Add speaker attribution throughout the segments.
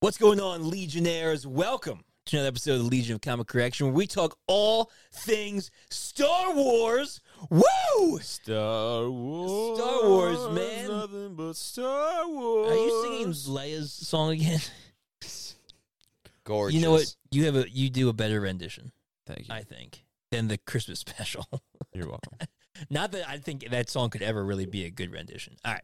Speaker 1: What's going on, Legionnaires? Welcome to another episode of the Legion of Comic Correction, where we talk all things Star Wars. Woo!
Speaker 2: Star Wars.
Speaker 1: Star Wars, man.
Speaker 2: Nothing but Star Wars.
Speaker 1: Are you singing Leia's song again?
Speaker 3: Gorgeous.
Speaker 1: You know what? You have a you do a better rendition,
Speaker 2: Thank you.
Speaker 1: I think, than the Christmas special.
Speaker 2: You're welcome.
Speaker 1: Not that I think that song could ever really be a good rendition. All right.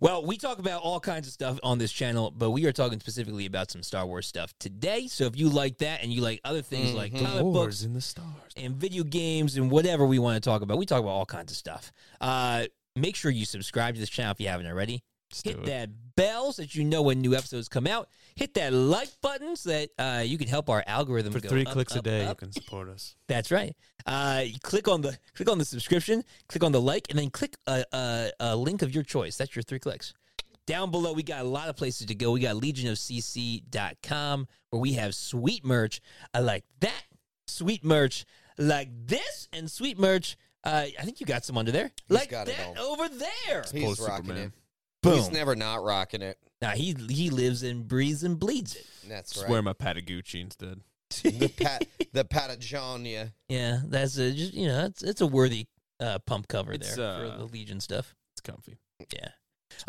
Speaker 1: Well, we talk about all kinds of stuff on this channel, but we are talking specifically about some Star Wars stuff today. So if you like that and you like other things like
Speaker 3: Mhm.
Speaker 1: comic books
Speaker 2: in the stars.
Speaker 1: and video games and whatever we want to talk about. We talk about all kinds of stuff. Uh, make sure you subscribe to this channel if you haven't already.
Speaker 2: Let's do
Speaker 1: Hit
Speaker 2: it.
Speaker 1: that bell so that you know when new episodes come out. Hit that like button so that uh, you can help our algorithm
Speaker 2: For
Speaker 1: go
Speaker 2: three
Speaker 1: up,
Speaker 2: clicks a
Speaker 1: up,
Speaker 2: day,
Speaker 1: up.
Speaker 2: you can support us.
Speaker 1: That's right. Uh, you click on the click on the subscription, click on the like, and then click a, a, a link of your choice. That's your three clicks. Down below, we got a lot of places to go. We got legionofcc.com where we have sweet merch. I like that. Sweet merch like this and sweet merch. Uh, I think you got some under there. like
Speaker 3: got it
Speaker 1: that
Speaker 3: all.
Speaker 1: over there.
Speaker 3: He's
Speaker 2: Post
Speaker 3: rocking
Speaker 2: Superman.
Speaker 3: it.
Speaker 1: Boom.
Speaker 3: He's never not rocking it.
Speaker 1: now he he lives and breathes and bleeds it.
Speaker 3: That's
Speaker 2: Just
Speaker 3: right.
Speaker 2: wear my Patagucci instead.
Speaker 3: the pat the Patagonia.
Speaker 1: Yeah, that's a just you know it's it's a worthy uh, pump cover
Speaker 2: It's,
Speaker 1: there
Speaker 2: uh,
Speaker 1: for the Legion stuff.
Speaker 2: It's comfy.
Speaker 1: Uh,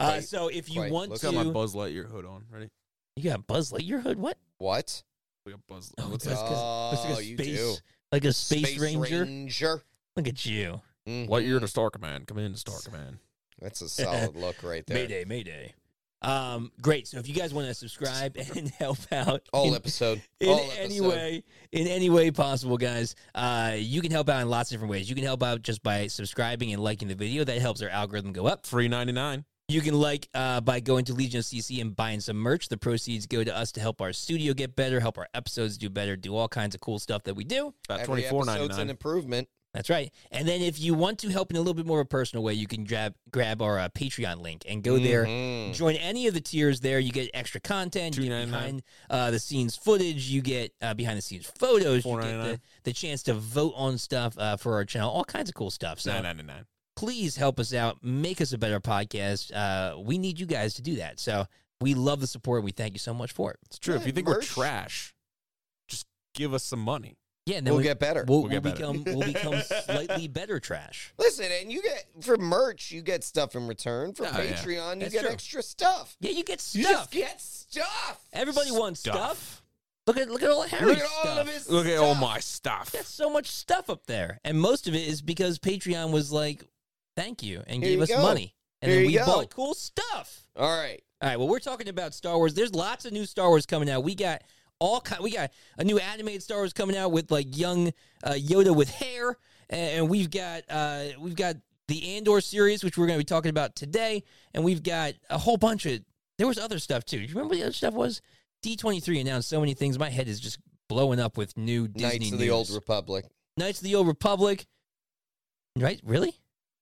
Speaker 3: Quite-
Speaker 1: so if you
Speaker 3: quite
Speaker 1: want
Speaker 3: look.
Speaker 1: to,
Speaker 2: Got my Buzz Lightyear hood on. Ready?
Speaker 1: you got Buzz Lightyear hood. What?
Speaker 3: What?
Speaker 2: We got Buzz.
Speaker 1: Oh,
Speaker 2: What's
Speaker 1: that's
Speaker 2: that?
Speaker 1: good. 'cause
Speaker 3: Oh,
Speaker 1: like a
Speaker 3: you
Speaker 1: space-
Speaker 3: do.
Speaker 1: Like a space, ranger?
Speaker 3: Ranger.
Speaker 1: Look at you!
Speaker 3: Mhm.
Speaker 2: Lightyear to Star Command. Come in to Star Command.
Speaker 3: That's a solid look right there.
Speaker 1: Mayday, Mayday. Um, great. So if you guys want to subscribe and help out
Speaker 3: All
Speaker 1: in,
Speaker 3: episode.
Speaker 1: in
Speaker 3: All episode.
Speaker 1: any way, in any way possible, guys, uh, you can help out in lots of different ways. You can help out just by subscribing and liking the video. That helps our algorithm go up.
Speaker 2: Free ninety nine.
Speaker 1: You can like uh, by going to Legion of CC and buying some merch. The proceeds go to us to help our studio get better, help our episodes do better, do all kinds of cool stuff that we do.
Speaker 2: About
Speaker 3: Every
Speaker 2: twenty four ninety
Speaker 3: episode's an
Speaker 2: nine.
Speaker 3: improvement.
Speaker 1: That's right. And then if you want to help in a little bit more of a personal way, you can grab grab our uh, Patreon link and go there.
Speaker 2: Mm-hmm.
Speaker 3: Mhm.
Speaker 1: Join any of the tiers there. You get extra content, you get
Speaker 2: $2.99.
Speaker 1: behind uh, the scenes footage, you get uh, behind the scenes photos, you get the,
Speaker 2: $4.99.
Speaker 1: the chance to vote on stuff uh, for our channel, all kinds of cool stuff. So
Speaker 2: Nine ninety nine.
Speaker 1: please help us out, make us a better podcast. Uh, we need you guys to do that. So we love the support. We thank you so much for it.
Speaker 2: It's true. If
Speaker 3: Yeah,
Speaker 2: you think we're
Speaker 3: merch.
Speaker 2: trash, just give us some money.
Speaker 1: Yeah, and then
Speaker 3: We'll
Speaker 1: we-
Speaker 3: get better.
Speaker 1: We'll,
Speaker 2: We'll
Speaker 1: we'll
Speaker 2: get better.
Speaker 1: become we'll become slightly better trash.
Speaker 3: Listen, and you get for merch, you get stuff in return. For
Speaker 2: Oh, yeah.
Speaker 3: Patreon, you
Speaker 1: That's
Speaker 3: get
Speaker 1: true.
Speaker 3: extra stuff.
Speaker 1: Yeah, you get
Speaker 3: You
Speaker 1: stuff.
Speaker 3: just get stuff.
Speaker 1: Everybody wants
Speaker 2: Stuff.
Speaker 1: stuff. Look at look at all Harry's
Speaker 3: Look at
Speaker 1: stuff.
Speaker 3: all of his.
Speaker 2: Look at all
Speaker 3: stuff.
Speaker 2: my stuff.
Speaker 1: That's so much stuff up there, and most of it is because Patreon was like, "Thank you," and
Speaker 3: Here
Speaker 1: gave
Speaker 3: you
Speaker 1: us
Speaker 3: go.
Speaker 1: money, and
Speaker 3: Here
Speaker 1: then
Speaker 3: you
Speaker 1: we
Speaker 3: go.
Speaker 1: bought cool stuff.
Speaker 3: All right.
Speaker 1: All right, well, we're talking about Star Wars. There's lots of new Star Wars coming out. We got all kind. We got a new animated Star Wars coming out with like young uh, Yoda with hair, A- and we've got uh, we've got the Andor series, which we're going to be talking about today, and we've got a whole bunch of. There was other stuff too. Do you remember what the other stuff was? D23 announced so many things. My head is just blowing up with new Disney
Speaker 3: Knights of the
Speaker 1: news.
Speaker 3: Old Republic,
Speaker 1: Knights of the Old Republic. Right? Really?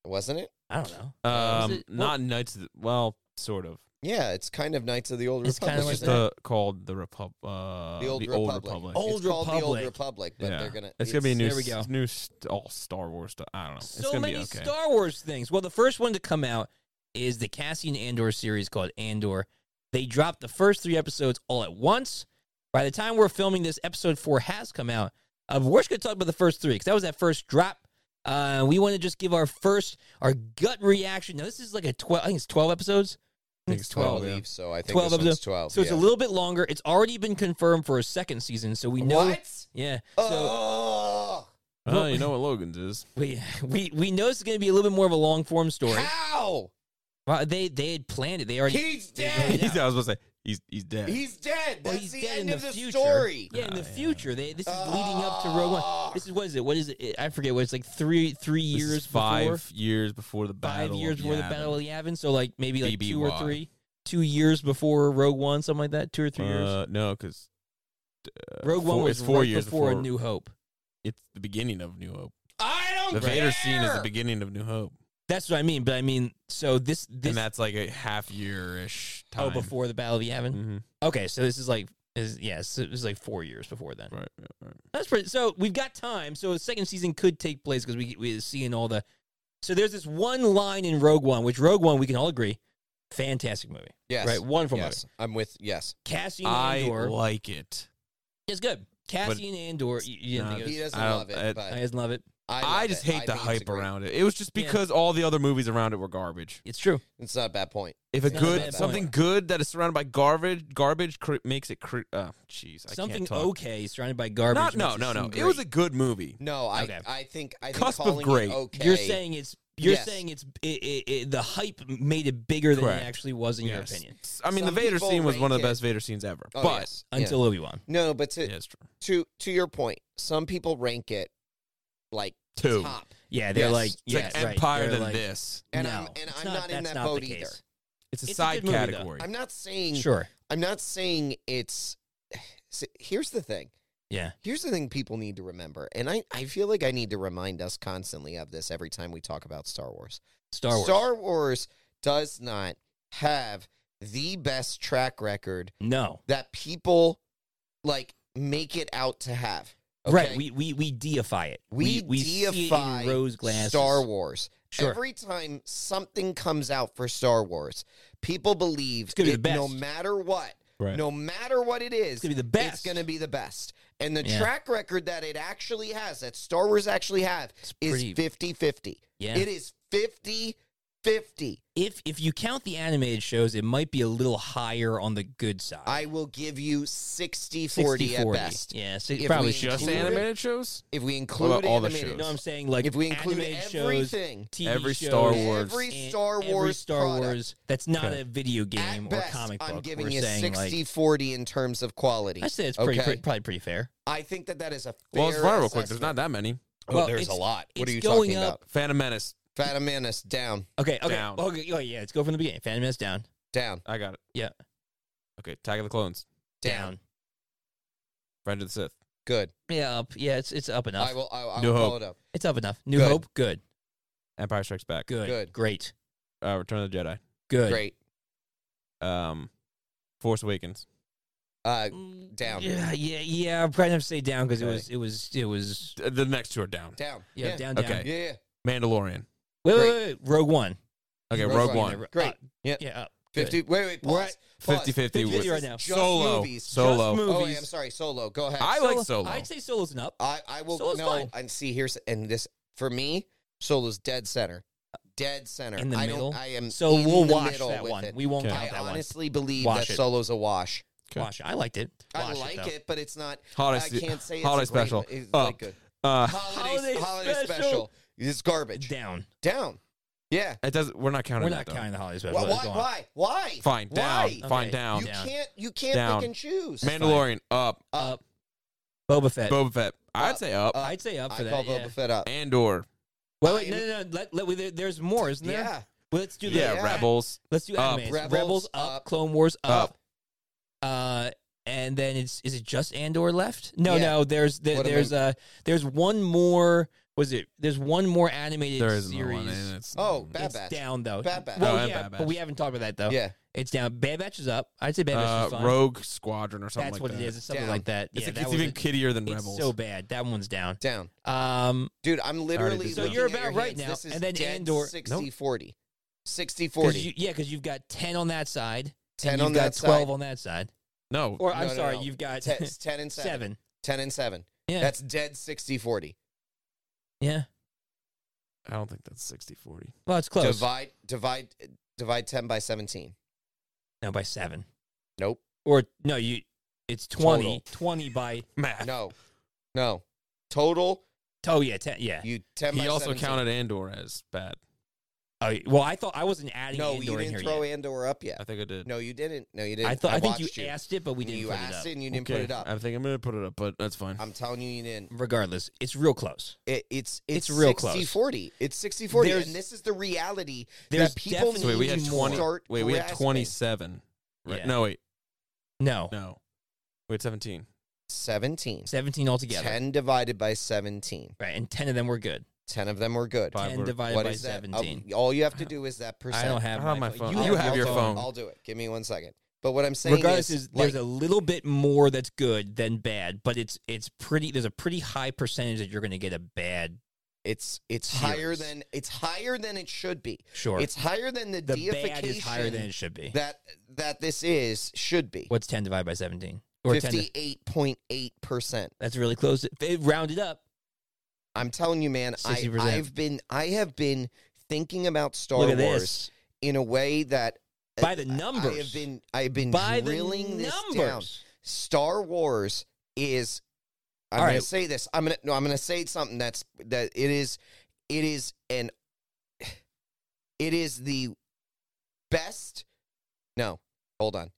Speaker 3: wasn't it?
Speaker 1: I don't know.
Speaker 2: Um,
Speaker 1: Is it-
Speaker 2: not Knights. Of the, well, sort of.
Speaker 3: Yeah, it's kind of Knights of the Old
Speaker 1: It's
Speaker 3: Republic.
Speaker 1: kind of
Speaker 2: It's
Speaker 1: like
Speaker 2: just
Speaker 1: that.
Speaker 2: uh, called the Repub. Uh,
Speaker 3: the Old Republic.
Speaker 1: Oh, Old
Speaker 3: it's called the Old
Speaker 1: Republic.
Speaker 3: Republic, but
Speaker 2: yeah.
Speaker 3: they're gonna.
Speaker 2: It's, gonna be a new.
Speaker 1: There we go.
Speaker 2: s- New st- all Star Wars stuff. I don't know. Oh, it's
Speaker 1: so
Speaker 2: gonna
Speaker 1: many
Speaker 2: be okay.
Speaker 1: Star Wars things. Well, the first one to come out is the Cassian Andor series called Andor. They dropped the first three episodes all at once. By the time we're filming this, episode four has come out. Uh, we're just going to talk about the first three because that was that first drop. Uh, we want to just give our first, our gut reaction. Now, this is like a 12, I think it's 12 episodes. I think it's
Speaker 3: I
Speaker 1: 12.
Speaker 2: yeah.
Speaker 3: believe so. I think
Speaker 1: 12
Speaker 3: 12 this one's
Speaker 1: episodes.
Speaker 3: twelve.
Speaker 1: So it's a
Speaker 3: yeah.
Speaker 1: little bit longer. It's already been confirmed for a second season. So we know.
Speaker 3: What?
Speaker 1: Yeah. So,
Speaker 3: oh,
Speaker 2: Well, you know what Logan's is.
Speaker 1: we, we, we know it's going to be a little bit more of a long form story.
Speaker 3: how?
Speaker 1: Well, they they had planned it. They already
Speaker 3: He's
Speaker 1: Yeah.
Speaker 3: dead.
Speaker 2: He's- I was about to say he's he's dead.
Speaker 3: He's dead.
Speaker 1: Well,
Speaker 3: That's
Speaker 1: he's
Speaker 3: the
Speaker 1: dead
Speaker 3: end
Speaker 1: in
Speaker 3: of
Speaker 1: the
Speaker 3: the
Speaker 1: future.
Speaker 3: story.
Speaker 1: yeah in the
Speaker 2: Oh, Yeah, yeah.
Speaker 1: future. They this is leading up to Rogue One.
Speaker 3: Ah.
Speaker 1: This is what is it? What is it? I forget. What it's like three three
Speaker 2: This is
Speaker 1: years
Speaker 2: five
Speaker 1: before
Speaker 2: years before the
Speaker 1: five
Speaker 2: battle.
Speaker 1: years
Speaker 2: of
Speaker 1: before the
Speaker 2: Yavin.
Speaker 1: Battle of Yavin. So like maybe like two or
Speaker 2: BBY.
Speaker 1: three, two years before Rogue One, something like that. Two or three years.
Speaker 2: Uh, no, because
Speaker 1: Rogue One
Speaker 2: four-
Speaker 1: was
Speaker 2: it's four
Speaker 1: right
Speaker 2: years
Speaker 1: before, A
Speaker 2: before-
Speaker 1: New Hope.
Speaker 2: it's the beginning of New Hope.
Speaker 3: I don't
Speaker 2: The
Speaker 3: care.
Speaker 2: Vader scene is the beginning of New Hope,
Speaker 1: That's what I mean. But I mean, so this this
Speaker 2: and that's like a half year ish time.
Speaker 1: oh before the Battle of Yavin.
Speaker 2: hmm
Speaker 1: Okay, so this is like is yes, it was like four years before then.
Speaker 2: Right, right, right.
Speaker 1: That's pretty. So we've got time. So a second season could take place because we we seeing all the. So there's this one line in Rogue One, which Rogue One we can all agree Fantastic movie.
Speaker 3: Yes.
Speaker 1: Right? Wonderful
Speaker 3: Yes. I'm with yes.
Speaker 1: movie. Cassian
Speaker 2: I
Speaker 1: Andor.
Speaker 2: like it.
Speaker 1: it's good. Cassian Andor. You, you didn't
Speaker 2: Nah,
Speaker 1: think
Speaker 3: He
Speaker 1: it was.
Speaker 3: doesn't
Speaker 2: I don't-
Speaker 3: love it,
Speaker 2: I-
Speaker 1: I
Speaker 3: but
Speaker 1: just love it.
Speaker 3: I, love
Speaker 2: I, just
Speaker 3: it.
Speaker 2: hate the
Speaker 3: think it's
Speaker 2: hype
Speaker 3: a great-
Speaker 2: around it. It was just
Speaker 1: Yeah.
Speaker 2: because all the other movies around it were garbage.
Speaker 1: It's true.
Speaker 3: It's not a bad point.
Speaker 2: If a
Speaker 1: It's not a
Speaker 2: good
Speaker 1: bad
Speaker 2: something good that is surrounded by garbage, garbage cr- makes it. Cr- uh, jeez, I
Speaker 1: Something
Speaker 2: can't talk.
Speaker 1: okay surrounded by garbage.
Speaker 2: Not no
Speaker 1: makes
Speaker 2: no
Speaker 1: seem
Speaker 2: no. It
Speaker 1: great.
Speaker 2: was a good movie.
Speaker 3: No, I
Speaker 1: Okay.
Speaker 3: I think I think
Speaker 2: Cusp of
Speaker 3: calling it
Speaker 2: great.
Speaker 3: okay.
Speaker 1: You're saying it's you're
Speaker 3: Yes.
Speaker 1: saying it's it, it, it, the hype made it bigger than
Speaker 2: Correct.
Speaker 1: it actually was in your
Speaker 2: Yes.
Speaker 1: opinion
Speaker 2: I mean,
Speaker 3: Some
Speaker 2: the Vader
Speaker 3: people
Speaker 2: scene was
Speaker 3: rank
Speaker 2: one of the
Speaker 3: it-
Speaker 2: best Vader scenes ever.
Speaker 3: oh,
Speaker 2: but
Speaker 3: yes, yeah.
Speaker 1: until Obi Wan.
Speaker 3: no, but to
Speaker 2: yeah, it's true.
Speaker 3: to to your point, some people rank it like
Speaker 2: Two.
Speaker 3: top,
Speaker 1: Yeah, they're
Speaker 3: Yes.
Speaker 1: like
Speaker 3: It's
Speaker 2: It's
Speaker 1: yeah,
Speaker 2: like
Speaker 1: right.
Speaker 2: Empire
Speaker 1: They're
Speaker 2: than
Speaker 1: like,
Speaker 2: this.
Speaker 3: and
Speaker 1: no,
Speaker 3: I'm and
Speaker 1: it's
Speaker 3: I'm
Speaker 1: not,
Speaker 3: not, in
Speaker 1: that's
Speaker 3: that
Speaker 1: not
Speaker 3: boat
Speaker 1: the
Speaker 3: either.
Speaker 1: case.
Speaker 2: It's a
Speaker 1: It's a
Speaker 2: side
Speaker 1: good movie, though.
Speaker 2: category.
Speaker 3: I'm not saying
Speaker 1: Sure.
Speaker 3: I'm not saying it's. see, Here's the thing.
Speaker 1: Yeah.
Speaker 3: Here's the thing people need to remember, and I, I feel like I need to remind us constantly of this every time we talk about Star Wars.
Speaker 1: Star Wars.
Speaker 3: Wars does not have the best track record
Speaker 1: no.
Speaker 3: that people like make it out to have.
Speaker 1: Right.
Speaker 3: okay?
Speaker 1: We, we we deify it.
Speaker 3: We
Speaker 1: see it in
Speaker 3: deify
Speaker 1: rose glasses.
Speaker 3: Star Wars.
Speaker 1: Sure.
Speaker 3: Every time something comes out for Star Wars, people believe
Speaker 1: It's gonna be
Speaker 3: it-
Speaker 1: the best.
Speaker 3: no matter what,
Speaker 2: Right.
Speaker 3: no matter what it is,
Speaker 1: It's gonna be the best.
Speaker 3: it's going to be the best. And the
Speaker 1: Yeah.
Speaker 3: track record that it actually has, that Star Wars actually have,
Speaker 1: It's
Speaker 3: is
Speaker 1: pretty-
Speaker 3: 50 50.
Speaker 1: Yeah.
Speaker 3: It is 50 50.
Speaker 1: if if you count the animated shows, it might be a little higher on the good side.
Speaker 3: I will give you 60 40,
Speaker 1: 60
Speaker 3: at best.
Speaker 1: Yeah, so
Speaker 3: If
Speaker 1: probably
Speaker 3: we
Speaker 1: should
Speaker 2: Just
Speaker 1: include-
Speaker 3: animate-
Speaker 2: animated shows.
Speaker 3: If we include
Speaker 2: all the
Speaker 3: animated,
Speaker 2: shows?
Speaker 1: No, I'm saying like
Speaker 3: if we include
Speaker 1: animated shows,
Speaker 3: everything,
Speaker 1: TV
Speaker 2: Every
Speaker 1: shows,
Speaker 2: Star Wars.
Speaker 3: every
Speaker 1: and
Speaker 3: Star
Speaker 1: every
Speaker 3: Wars,
Speaker 1: Star
Speaker 3: product,
Speaker 1: Wars that's not
Speaker 2: Okay.
Speaker 1: a video game
Speaker 3: at
Speaker 1: or
Speaker 3: best,
Speaker 1: comic book.
Speaker 3: I'm giving
Speaker 1: We're
Speaker 3: you
Speaker 1: saying
Speaker 3: 60
Speaker 1: like
Speaker 3: 40 in terms of quality.
Speaker 1: I say it's pretty,
Speaker 3: Okay.
Speaker 1: pre- probably pretty fair.
Speaker 3: I think that that is a fair
Speaker 2: Well, it's run real quick. There's
Speaker 3: assessment.
Speaker 2: not that many.
Speaker 3: Oh,
Speaker 1: Well,
Speaker 3: there's a
Speaker 1: it's-
Speaker 3: lot. What
Speaker 1: it's
Speaker 3: are you
Speaker 1: going
Speaker 3: talking
Speaker 1: up-
Speaker 3: about?
Speaker 2: Phantom Menace.
Speaker 3: Phantom Menace down,
Speaker 1: Okay, okay,
Speaker 2: Down.
Speaker 1: okay. Oh, yeah, let's go from the beginning. Phantom Menace down,
Speaker 3: down,
Speaker 2: I got it.
Speaker 1: Yeah.
Speaker 2: Okay. Attack of the Clones.
Speaker 3: down.
Speaker 2: Revenge of the Sith.
Speaker 3: Good.
Speaker 1: Yeah, up. Yeah, it's it's up enough.
Speaker 3: I will. I, I
Speaker 2: New
Speaker 3: will call
Speaker 2: Hope.
Speaker 3: it up.
Speaker 1: it's up enough. New
Speaker 3: Good.
Speaker 1: Hope, good,
Speaker 2: Empire Strikes Back.
Speaker 1: good,
Speaker 3: Good.
Speaker 1: great,
Speaker 2: Uh, Return of the Jedi.
Speaker 1: good.
Speaker 3: Great.
Speaker 2: Um, Force Awakens.
Speaker 3: Uh,
Speaker 1: Mm,
Speaker 3: Down.
Speaker 1: Yeah, yeah, yeah. I'm probably gonna say down because
Speaker 2: Okay.
Speaker 1: it was, it was, it was.
Speaker 2: Th- The next two are down.
Speaker 3: down.
Speaker 1: Yeah,
Speaker 3: Yeah.
Speaker 1: down, down.
Speaker 2: Okay.
Speaker 3: Yeah. yeah.
Speaker 2: Mandalorian.
Speaker 1: Wait, wait,
Speaker 3: Great.
Speaker 1: wait, wait. Rogue One.
Speaker 2: Okay.
Speaker 3: Rogue
Speaker 2: Rogue,
Speaker 3: One.
Speaker 2: One.
Speaker 1: Yeah,
Speaker 3: Great.
Speaker 1: Up.
Speaker 3: Yep.
Speaker 1: Yeah, up. Good.
Speaker 3: Fifty. Wait. Wait. Pause.
Speaker 1: We're at
Speaker 3: pause.
Speaker 2: 50-50
Speaker 1: 50
Speaker 3: This
Speaker 1: with-
Speaker 3: is
Speaker 1: right now.
Speaker 3: Just
Speaker 2: Solo.
Speaker 3: Movies.
Speaker 2: Solo.
Speaker 1: movies.
Speaker 3: Oh, wait, I'm sorry. Solo. Go ahead.
Speaker 2: I like Solo.
Speaker 1: I'd say Solo's an up.
Speaker 3: I, I will
Speaker 1: Solo's
Speaker 3: no
Speaker 1: fine.
Speaker 3: and see here's and this for me. Solo's dead center, dead center.
Speaker 1: In the
Speaker 3: I
Speaker 1: middle?
Speaker 3: Don't, I am.
Speaker 1: So
Speaker 3: in
Speaker 1: we'll
Speaker 3: the
Speaker 1: watch
Speaker 3: middle
Speaker 1: that
Speaker 3: with
Speaker 1: one.
Speaker 3: it.
Speaker 1: We won't
Speaker 2: Okay.
Speaker 1: count
Speaker 3: I
Speaker 1: that
Speaker 3: honestly believe
Speaker 1: Wash
Speaker 3: that
Speaker 1: it.
Speaker 3: Solo's a wash.
Speaker 1: one. Watch. it. I liked it.
Speaker 3: I
Speaker 1: Watch
Speaker 3: like
Speaker 1: though.
Speaker 3: it, but it's not.
Speaker 2: Holiday.
Speaker 3: I
Speaker 2: se-
Speaker 3: can't say it's
Speaker 2: holiday
Speaker 3: a great
Speaker 2: special.
Speaker 3: mo- It's
Speaker 2: Oh.
Speaker 3: like good.
Speaker 2: uh,
Speaker 3: Holiday,
Speaker 1: Holiday
Speaker 3: holiday special.
Speaker 1: special.
Speaker 3: It's garbage.
Speaker 1: Down.
Speaker 3: Down. Yeah.
Speaker 2: it does. We're not counting.
Speaker 1: We're
Speaker 2: that,
Speaker 1: not
Speaker 2: though.
Speaker 1: counting the holiday
Speaker 3: Why?
Speaker 1: special.
Speaker 3: Why?
Speaker 1: It's going.
Speaker 3: Why? Why?
Speaker 2: Fine. Down.
Speaker 3: Why?
Speaker 2: Fine.
Speaker 1: Okay.
Speaker 2: Down.
Speaker 3: You
Speaker 1: Down.
Speaker 3: can't. You can't
Speaker 2: Down.
Speaker 3: pick and choose.
Speaker 2: Mandalorian up.
Speaker 1: Up. Boba Fett.
Speaker 2: Boba Fett. I'd
Speaker 3: Up.
Speaker 2: say up.
Speaker 3: Up.
Speaker 1: I'd say up
Speaker 3: I
Speaker 1: Uh, for
Speaker 3: call
Speaker 1: that.
Speaker 3: Boba
Speaker 1: yeah.
Speaker 3: Fett up.
Speaker 2: Andor.
Speaker 1: Wait, wait, no, no, no. Let, let, wait, there, there's more, isn't there?
Speaker 3: Yeah.
Speaker 1: Well, let's do the
Speaker 2: Yeah,
Speaker 3: Yeah.
Speaker 2: Rebels.
Speaker 1: Let's do
Speaker 2: Up.
Speaker 1: animes.
Speaker 3: Rebels,
Speaker 1: Rebels, up,
Speaker 3: up.
Speaker 1: Clone Wars
Speaker 2: Up.
Speaker 1: up. Uh, and then it's is it just Andor left? No,
Speaker 3: Yeah.
Speaker 1: no. There's there,
Speaker 3: What am I-
Speaker 1: there's uh there's one more. Was it? There's one more animated
Speaker 2: There is no
Speaker 1: series.
Speaker 2: one, and it's
Speaker 3: Oh, Bad
Speaker 1: it's
Speaker 3: Batch.
Speaker 1: down though.
Speaker 3: Bad Batch.
Speaker 1: Well,
Speaker 2: Oh, and
Speaker 1: yeah,
Speaker 2: Bad Batch.
Speaker 1: but we haven't talked about that though.
Speaker 3: Yeah.
Speaker 1: It's down. Bad Batch is up. I'd say Bad Batch
Speaker 2: uh,
Speaker 1: is fine.
Speaker 2: Rogue Squadron or something.
Speaker 1: That's
Speaker 2: like
Speaker 1: what
Speaker 2: that.
Speaker 1: it is. It's something
Speaker 3: Down.
Speaker 1: like that.
Speaker 2: It's,
Speaker 1: yeah,
Speaker 2: like-
Speaker 1: that
Speaker 2: it's
Speaker 1: was
Speaker 2: even
Speaker 1: a-
Speaker 2: kiddier than
Speaker 1: it's
Speaker 2: Rebels.
Speaker 1: so bad. That one's down.
Speaker 3: Down.
Speaker 1: Um,
Speaker 3: Dude, I'm literally.
Speaker 2: did
Speaker 3: So
Speaker 2: that.
Speaker 3: you're about right
Speaker 1: now,
Speaker 3: This is
Speaker 1: and then
Speaker 3: dead
Speaker 1: Andor-
Speaker 3: 60
Speaker 2: Nope.
Speaker 3: 40. 60
Speaker 1: 'cause
Speaker 3: 40.
Speaker 1: you, yeah, because you've got ten on that side,
Speaker 3: 10
Speaker 1: and you've
Speaker 3: on
Speaker 1: got
Speaker 3: that
Speaker 1: twelve
Speaker 3: side.
Speaker 1: on that side.
Speaker 2: no,
Speaker 1: Or
Speaker 3: No,
Speaker 1: I'm
Speaker 3: no,
Speaker 1: sorry,
Speaker 3: no.
Speaker 1: you've got
Speaker 3: Te- it's 10 and 7.
Speaker 1: seven.
Speaker 3: 10 and 7.
Speaker 1: Yeah,
Speaker 3: That's dead 60 40.
Speaker 1: yeah.
Speaker 2: I don't think that's 60-40.
Speaker 1: Well, it's close.
Speaker 3: Divide, divide, divide 10 by 17.
Speaker 1: no, by seven.
Speaker 3: Nope.
Speaker 1: Or no, you. It's 20.
Speaker 3: Total.
Speaker 1: 20 by.
Speaker 2: Math.
Speaker 3: No. No. Total,
Speaker 1: Oh yeah, ten, yeah.
Speaker 3: you 10 by
Speaker 2: He also
Speaker 3: 17.
Speaker 2: counted Andor as bad.
Speaker 1: Oh, yeah. well, I thought I wasn't adding
Speaker 3: No,
Speaker 1: Andor
Speaker 3: you
Speaker 1: in
Speaker 3: didn't
Speaker 1: here
Speaker 3: throw
Speaker 1: yet.
Speaker 3: Andor up yet.
Speaker 2: I think I did.
Speaker 3: No, you didn't. No, you didn't.
Speaker 1: I thought I, think you,
Speaker 3: watched you.
Speaker 1: asked it, but we didn't
Speaker 3: you
Speaker 1: put it
Speaker 3: asked
Speaker 1: up.
Speaker 3: it, and you didn't
Speaker 2: Okay,
Speaker 3: put it up.
Speaker 2: I think I'm gonna put it up, but that's fine.
Speaker 3: I'm telling you, you didn't.
Speaker 1: Regardless, it's real close.
Speaker 3: It, it's
Speaker 1: It's
Speaker 3: it's
Speaker 1: real close.
Speaker 3: 40. It's 60 40.
Speaker 1: There's-
Speaker 3: and this is the reality
Speaker 1: there's
Speaker 3: that people
Speaker 1: definitely-
Speaker 3: need
Speaker 2: so wait, we had
Speaker 3: to
Speaker 1: more.
Speaker 2: twenty.
Speaker 3: start
Speaker 2: Wait, we had
Speaker 3: grasping.
Speaker 2: twenty-seven. Right?
Speaker 1: Yeah.
Speaker 2: No, wait,
Speaker 1: No,
Speaker 2: no, we had seventeen.
Speaker 3: 17.
Speaker 1: seventeen altogether.
Speaker 3: 10 divided by 17.
Speaker 1: Right, and ten of them were good.
Speaker 3: 10 of them were good.
Speaker 2: Five
Speaker 1: ten
Speaker 2: were-
Speaker 1: divided
Speaker 3: What
Speaker 1: by
Speaker 3: is that?
Speaker 1: seventeen.
Speaker 3: Oh, all you have to do is that percent.
Speaker 1: I don't have,
Speaker 2: I don't have my phone.
Speaker 1: You,
Speaker 2: You
Speaker 3: I'll-
Speaker 1: have,
Speaker 2: have
Speaker 3: I'll
Speaker 2: your
Speaker 3: do it.
Speaker 2: phone.
Speaker 3: I'll do it. Give me one second. But what I'm saying
Speaker 1: regardless,
Speaker 3: is,
Speaker 1: is,
Speaker 3: like,
Speaker 1: there's a little bit more that's good than bad, but it's it's pretty. There's a pretty high percentage that you're going to get a bad
Speaker 3: It's it's higher
Speaker 1: Zeros.
Speaker 3: than it's higher than it should be.
Speaker 1: Sure.
Speaker 3: It's higher than the,
Speaker 1: the
Speaker 3: deification
Speaker 1: bad is higher than it should be.
Speaker 3: that that this is should be.
Speaker 1: What's 10 divided by 17? Or 10 to-
Speaker 3: Fifty eight point eight percent.
Speaker 1: That's really close. If It rounded up.
Speaker 3: I'm telling you, man. I,
Speaker 1: 60%.
Speaker 3: I've been I have been thinking about Star
Speaker 1: Look at
Speaker 3: Wars
Speaker 1: this.
Speaker 3: in a way that uh,
Speaker 1: By the
Speaker 3: I- I
Speaker 1: numbers.
Speaker 3: have been I have been
Speaker 1: By the
Speaker 3: drilling this down.
Speaker 1: numbers.
Speaker 3: Star Wars is. I'm
Speaker 1: All
Speaker 3: going
Speaker 1: right.
Speaker 3: to say this. I'm going to no. I'm going to say something that's that it is. It is an. It is the best. No, hold on.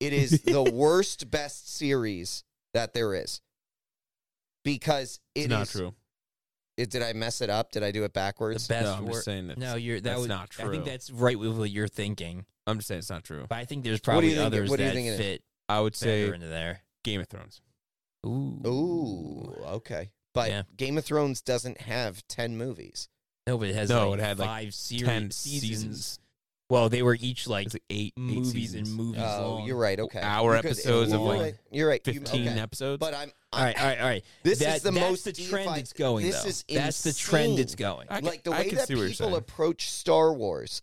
Speaker 3: It is the worst best series that there is. Because
Speaker 2: It's
Speaker 3: it
Speaker 2: not
Speaker 3: is-
Speaker 2: true.
Speaker 3: it- did I mess it up? Did I do it
Speaker 1: The
Speaker 3: backwards?
Speaker 1: best
Speaker 2: no, I'm
Speaker 1: wor-
Speaker 2: just saying that.
Speaker 1: No, you're that
Speaker 2: that's
Speaker 1: was,
Speaker 2: not
Speaker 1: I
Speaker 2: true.
Speaker 1: think that's right with what you're thinking.
Speaker 2: I'm just saying it's not true.
Speaker 1: But I think there's
Speaker 3: What do
Speaker 1: probably
Speaker 3: you think it-
Speaker 1: others
Speaker 3: what do you
Speaker 1: that
Speaker 3: think it is?
Speaker 1: fit
Speaker 2: I would say
Speaker 1: better into there.
Speaker 2: Game of Thrones.
Speaker 1: Ooh.
Speaker 3: Ooh, okay. But
Speaker 1: Yeah.
Speaker 3: Game of Thrones doesn't have ten movies.
Speaker 1: No, but it has
Speaker 2: No,
Speaker 1: like
Speaker 2: it had, like,
Speaker 1: five series
Speaker 2: Ten
Speaker 1: seasons.
Speaker 2: seasons.
Speaker 1: Well, they were each like
Speaker 2: It's like eight, eight
Speaker 1: movies
Speaker 2: seasons.
Speaker 1: and movies
Speaker 3: Oh,
Speaker 1: long.
Speaker 3: you're right. Okay,
Speaker 2: Hour
Speaker 3: You could-
Speaker 2: episodes
Speaker 1: of,
Speaker 3: you're
Speaker 1: like,
Speaker 3: right, You're right. You-
Speaker 2: Fifteen
Speaker 3: okay.
Speaker 2: episodes.
Speaker 3: But I'm
Speaker 1: All right, all right, all right.
Speaker 3: This is
Speaker 1: is
Speaker 3: the
Speaker 1: that's
Speaker 3: most
Speaker 1: the trend
Speaker 3: deified-
Speaker 1: it's going.
Speaker 3: this
Speaker 1: though.
Speaker 3: is
Speaker 1: that's the trend it's
Speaker 3: insane.
Speaker 1: going.
Speaker 2: I can-
Speaker 3: like the
Speaker 2: I
Speaker 3: way
Speaker 2: can
Speaker 3: that
Speaker 2: see what you're
Speaker 3: people
Speaker 2: saying.
Speaker 3: approach Star Wars,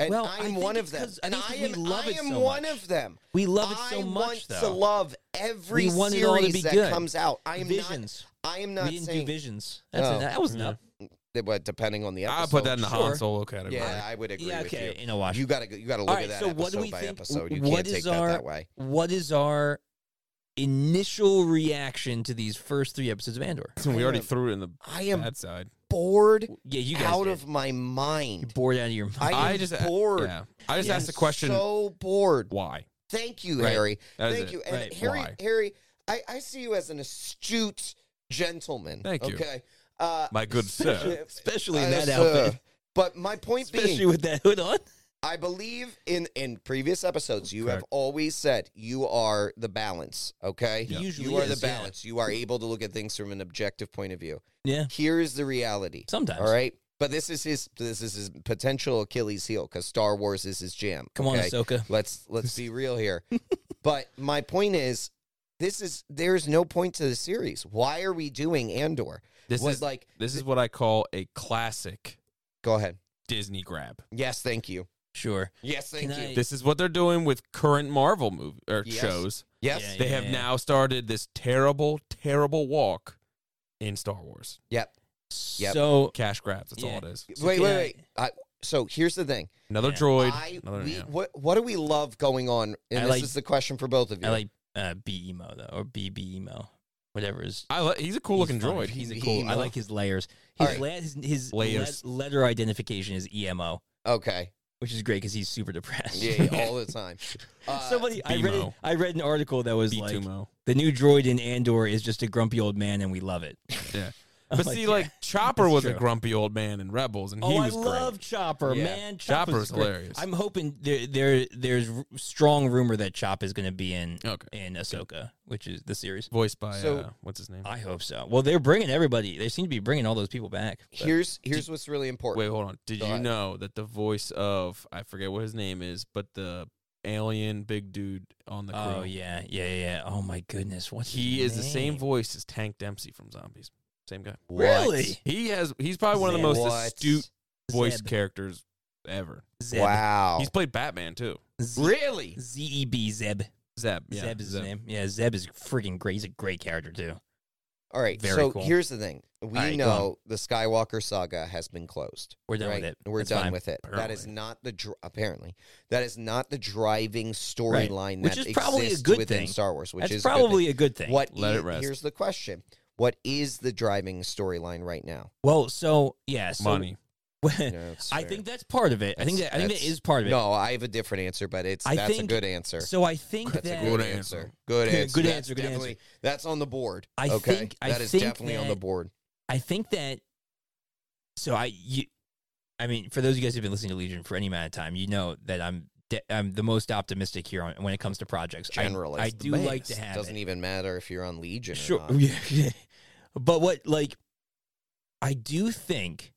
Speaker 3: and
Speaker 1: Well, I
Speaker 3: I'm
Speaker 1: think
Speaker 3: one
Speaker 1: it's
Speaker 3: of them,
Speaker 1: 'cause- I
Speaker 3: and
Speaker 1: think
Speaker 3: I
Speaker 1: 'cause we
Speaker 3: am,
Speaker 1: love
Speaker 3: I
Speaker 1: it
Speaker 3: am
Speaker 1: so
Speaker 3: one
Speaker 1: much.
Speaker 3: of them.
Speaker 1: We love it so
Speaker 3: I
Speaker 1: much
Speaker 3: want to
Speaker 1: though.
Speaker 3: love every
Speaker 1: We want it
Speaker 3: series
Speaker 1: all to be
Speaker 3: that
Speaker 1: good.
Speaker 3: comes out. I am
Speaker 1: visions.
Speaker 3: not. I am not
Speaker 1: we didn't do
Speaker 3: saying
Speaker 1: visions. That's
Speaker 3: Oh.
Speaker 1: it. That was enough.
Speaker 3: that. But depending on the episode,
Speaker 2: I put that in the
Speaker 1: sure.
Speaker 2: Han Solo category.
Speaker 3: Yeah, I would agree
Speaker 1: Yeah, okay,
Speaker 3: with
Speaker 1: in a wash.
Speaker 3: you. You gotta go- you gotta look
Speaker 1: All
Speaker 3: at
Speaker 1: right,
Speaker 3: that
Speaker 1: so
Speaker 3: episode
Speaker 1: what do we
Speaker 3: by
Speaker 1: think?
Speaker 3: episode. You
Speaker 1: what
Speaker 3: can't
Speaker 1: is
Speaker 3: take
Speaker 1: our-
Speaker 3: that that way.
Speaker 1: what is our initial reaction to these first three episodes of Andor?
Speaker 2: So we already threw it in the
Speaker 3: I am
Speaker 2: bad side.
Speaker 3: bored
Speaker 1: Yeah, you guys
Speaker 3: out
Speaker 1: did.
Speaker 3: of my mind.
Speaker 1: bored out of your mind.
Speaker 3: I,
Speaker 2: I
Speaker 3: am
Speaker 2: just-
Speaker 3: bored.
Speaker 2: Yeah. I just
Speaker 1: Yeah.
Speaker 2: asked the question
Speaker 3: So bored.
Speaker 2: why.
Speaker 3: Thank you,
Speaker 2: Right.
Speaker 3: Harry.
Speaker 2: That is
Speaker 3: Thank
Speaker 2: it.
Speaker 3: you. And
Speaker 1: Right.
Speaker 3: Harry,
Speaker 2: Why?
Speaker 3: Harry, I, I see you as an astute gentleman.
Speaker 2: Thank you.
Speaker 3: Okay. Uh,
Speaker 2: My good sir.
Speaker 1: especially in
Speaker 3: uh,
Speaker 1: that
Speaker 3: sir.
Speaker 1: outfit,
Speaker 3: But my point
Speaker 1: especially
Speaker 3: being,
Speaker 1: with that hood on.
Speaker 3: I believe in in previous episodes, you have
Speaker 2: Correct.
Speaker 3: always said you are the balance. Okay,
Speaker 1: He usually
Speaker 3: you are
Speaker 1: is,
Speaker 3: the
Speaker 1: yeah.
Speaker 3: balance. You are able to look at things from an objective point of view.
Speaker 1: Yeah,
Speaker 3: Here is the reality.
Speaker 1: sometimes.
Speaker 3: All right, but this is his this is his potential Achilles heel because Star Wars is his jam.
Speaker 1: Come on,
Speaker 3: okay?
Speaker 1: Ahsoka.
Speaker 3: let's let's be real here. but my point is, this is there is no point to the series. Why are we doing Andor?
Speaker 2: This
Speaker 3: was
Speaker 2: is
Speaker 3: like,
Speaker 2: this is what I call a classic
Speaker 3: go ahead.
Speaker 2: Disney grab.
Speaker 3: Yes, thank you.
Speaker 1: Sure.
Speaker 3: Yes, thank
Speaker 1: Can
Speaker 3: you.
Speaker 1: I-
Speaker 2: This is what they're doing with current Marvel movie or
Speaker 3: Yes.
Speaker 2: shows.
Speaker 3: yes,
Speaker 1: Yeah,
Speaker 2: They have now started this terrible, terrible walk in Star Wars.
Speaker 3: yep. Yep.
Speaker 1: So
Speaker 2: Cash grabs. That's
Speaker 1: Yeah.
Speaker 2: all it is.
Speaker 1: So
Speaker 3: wait,
Speaker 1: can
Speaker 3: wait,
Speaker 1: I-
Speaker 3: wait. I, so here's the thing.
Speaker 2: Another
Speaker 1: Yeah.
Speaker 2: droid.
Speaker 3: I
Speaker 2: another,
Speaker 3: we,
Speaker 2: yeah.
Speaker 3: what what do we love going on? And
Speaker 1: I
Speaker 3: this
Speaker 1: like-
Speaker 3: is the question for both of you.
Speaker 1: I like uh, B emo though, or BB emo, whatever is.
Speaker 2: I li- he's a cool looking
Speaker 1: he's fun.
Speaker 2: droid.
Speaker 1: He's a
Speaker 3: BB
Speaker 1: cool. I
Speaker 3: emo.
Speaker 1: like his layers.
Speaker 3: All
Speaker 1: His
Speaker 3: right.
Speaker 1: la- his, his
Speaker 2: Layers.
Speaker 1: le- letter identification is E emo,
Speaker 3: okay,
Speaker 1: which is great because he's super depressed.
Speaker 3: yeah, yeah, all the time. Uh,
Speaker 1: Somebody, I read, it,
Speaker 2: B-mo.
Speaker 1: I read an article that was like,
Speaker 2: B2mo.
Speaker 1: the new droid in Andor is just a grumpy old man, and we love it.
Speaker 2: Yeah.
Speaker 1: I'm
Speaker 2: But see, like Chopper
Speaker 1: that's
Speaker 2: was a
Speaker 1: true.
Speaker 2: grumpy old man in Rebels, and
Speaker 1: oh,
Speaker 2: he
Speaker 1: I
Speaker 2: was great.
Speaker 1: love Chopper,
Speaker 3: Yeah.
Speaker 1: man.
Speaker 2: Chopper's
Speaker 1: Chopper's great.
Speaker 2: hilarious.
Speaker 1: I'm hoping there, there, there's r- strong rumor that Chop is going to be in
Speaker 2: Okay.
Speaker 1: in Ahsoka, which is the series.
Speaker 2: Voiced by
Speaker 3: So-
Speaker 2: uh, what's his name?
Speaker 1: I hope so. Well, they're bringing everybody. They seem to be bringing all those people back. but-
Speaker 3: here's here's what's really important.
Speaker 2: Wait, hold on. Did
Speaker 3: Go
Speaker 2: you
Speaker 3: ahead.
Speaker 2: know that the voice of I forget what his name is, but the alien big dude on the crew?
Speaker 1: oh yeah, yeah, yeah, yeah. Oh my goodness, what's his
Speaker 2: He is the same
Speaker 1: name?
Speaker 2: voice as Tank Dempsey from Zombies. Same guy.
Speaker 3: What?
Speaker 1: Really?
Speaker 2: He has he's probably one of the
Speaker 1: Zeb.
Speaker 2: most
Speaker 3: What?
Speaker 2: astute voice
Speaker 1: Zeb.
Speaker 2: characters ever.
Speaker 1: Zeb.
Speaker 3: Wow.
Speaker 2: He's played Batman too.
Speaker 1: Z-
Speaker 3: really?
Speaker 1: Z E B Zeb.
Speaker 2: Zeb. Yeah,
Speaker 1: Zeb is his name. Yeah, Zeb is freaking great. He's a great character too.
Speaker 3: All right.
Speaker 1: Very
Speaker 3: so
Speaker 1: cool.
Speaker 3: here's the thing. We
Speaker 1: All right, go
Speaker 3: know the Skywalker saga has been closed.
Speaker 1: We're done
Speaker 3: right?
Speaker 1: with it.
Speaker 3: We're
Speaker 1: That's
Speaker 3: done
Speaker 1: fine.
Speaker 3: with it. That is
Speaker 2: Apparently.
Speaker 3: not the dr- apparently that is not the driving storyline
Speaker 1: Which
Speaker 3: that
Speaker 1: is probably a
Speaker 3: exists
Speaker 1: good
Speaker 3: within
Speaker 1: thing.
Speaker 3: Star Wars. Which
Speaker 1: That's
Speaker 3: is a good thing.
Speaker 1: probably a good thing.
Speaker 3: what.
Speaker 2: Let
Speaker 3: i-
Speaker 2: it rest.
Speaker 3: Here's the question: What is the driving storyline right now?
Speaker 1: Well, so yeah, so
Speaker 2: Money.
Speaker 3: No, it's
Speaker 1: I
Speaker 3: fair.
Speaker 1: think that's part of it. I think
Speaker 3: That's-
Speaker 1: that I think that
Speaker 3: that's-
Speaker 1: is part of it.
Speaker 3: No, I have a different answer, but it's
Speaker 1: I
Speaker 3: that's a
Speaker 1: think-
Speaker 3: good answer.
Speaker 1: So I think
Speaker 3: That's
Speaker 1: that
Speaker 3: a good
Speaker 2: Good
Speaker 3: answer.
Speaker 2: answer.
Speaker 3: Good answer.
Speaker 1: Good
Speaker 3: That's
Speaker 1: answer, good answer.
Speaker 3: definitely- That's on the board.
Speaker 1: I
Speaker 3: okay?
Speaker 1: think- I
Speaker 3: that is
Speaker 1: think
Speaker 3: definitely on the
Speaker 1: that-
Speaker 3: board.
Speaker 1: I think that. So I you, I mean, for those of you guys who've been listening to Legion for any amount of time, you know that I'm de- I'm the most optimistic here on, when it comes to projects. I-
Speaker 3: Generally,
Speaker 1: I,
Speaker 3: it's the
Speaker 1: do like to
Speaker 2: best.
Speaker 1: have
Speaker 3: Doesn't
Speaker 1: it.
Speaker 3: even matter if you're on Legion.
Speaker 1: sure,
Speaker 3: Or not.
Speaker 1: yeah, yeah. But what like, I do think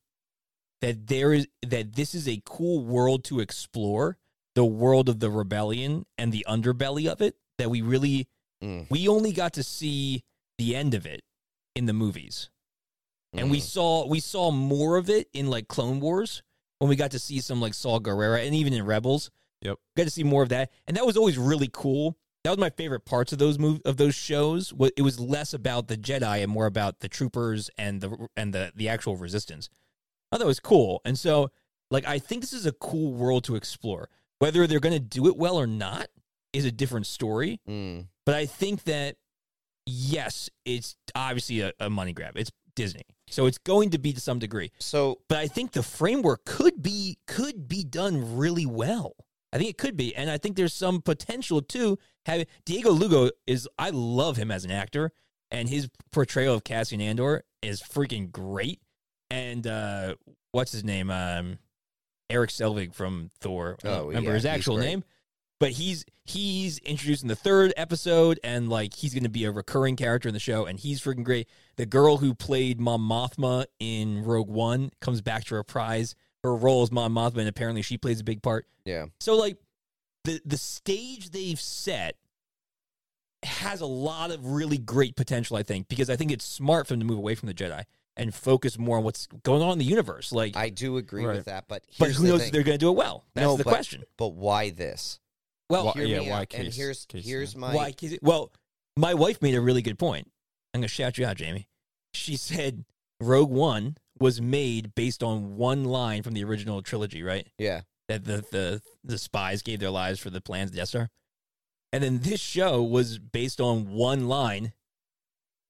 Speaker 1: that there is that this is a cool world to explore the world of the rebellion and the underbelly of it that we really
Speaker 3: Mm.
Speaker 1: we only got to see the end of it in the movies
Speaker 3: Mm.
Speaker 1: and
Speaker 3: Mm-hmm.
Speaker 1: we saw we saw more of it in like Clone Wars when we got to see some like Saul Guerrera and even in Rebels.
Speaker 2: Yep.
Speaker 1: got to see more of that, and that was always really cool. That was my favorite parts of those move of those shows. Wa- It was less about the Jedi and more about the troopers and the and the the actual resistance. I thought it was cool, and so like I think this is a cool world to explore. Whether they're going to do it well or not is a different story.
Speaker 3: Mm.
Speaker 1: But I think that yes, it's obviously a, a money grab. It's Disney, so it's going to be to some degree.
Speaker 3: So
Speaker 1: But I think the framework could be could be done really well. I think it could be, and I think there's some potential too. Have Diego Lugo is I love him as an actor, and his portrayal of Cassian Andor is freaking great. And uh, what's his name? Um, Eric Selvig from Thor. I don't
Speaker 3: Oh,
Speaker 1: remember
Speaker 3: yeah,
Speaker 1: his
Speaker 3: he's
Speaker 1: actual
Speaker 3: great.
Speaker 1: name but he's he's introduced in the third episode and like he's going to be a recurring character in the show and he's freaking great the girl who played mom mothma in rogue one comes back to reprise her role as mom mothma and apparently she plays a big part
Speaker 3: yeah,
Speaker 1: so like the the stage they've set has a lot of really great potential i think because i think it's smart for them to move away from the jedi and focus more on what's going on in the universe like
Speaker 3: I do agree
Speaker 2: Right.
Speaker 3: with that, but
Speaker 1: but
Speaker 3: here's
Speaker 1: who
Speaker 3: the
Speaker 1: knows
Speaker 3: thing.
Speaker 1: if they're going to do it well that's
Speaker 3: No,
Speaker 1: the
Speaker 3: but-
Speaker 1: question
Speaker 3: But why this?
Speaker 1: well
Speaker 2: Why-
Speaker 3: Hear
Speaker 2: yeah,
Speaker 3: me
Speaker 2: why
Speaker 3: out, And
Speaker 2: case-
Speaker 3: here's
Speaker 2: case,
Speaker 3: here's
Speaker 2: yeah.
Speaker 3: my
Speaker 1: Why? 'Cause it- Well, my wife made a really good point. I'm gonna shout you out, Jamie. She said Rogue One was made based on one line from the original trilogy, right?
Speaker 3: yeah.
Speaker 1: That the the the spies gave their lives for the plans of the Death Star, and then this show was based on one line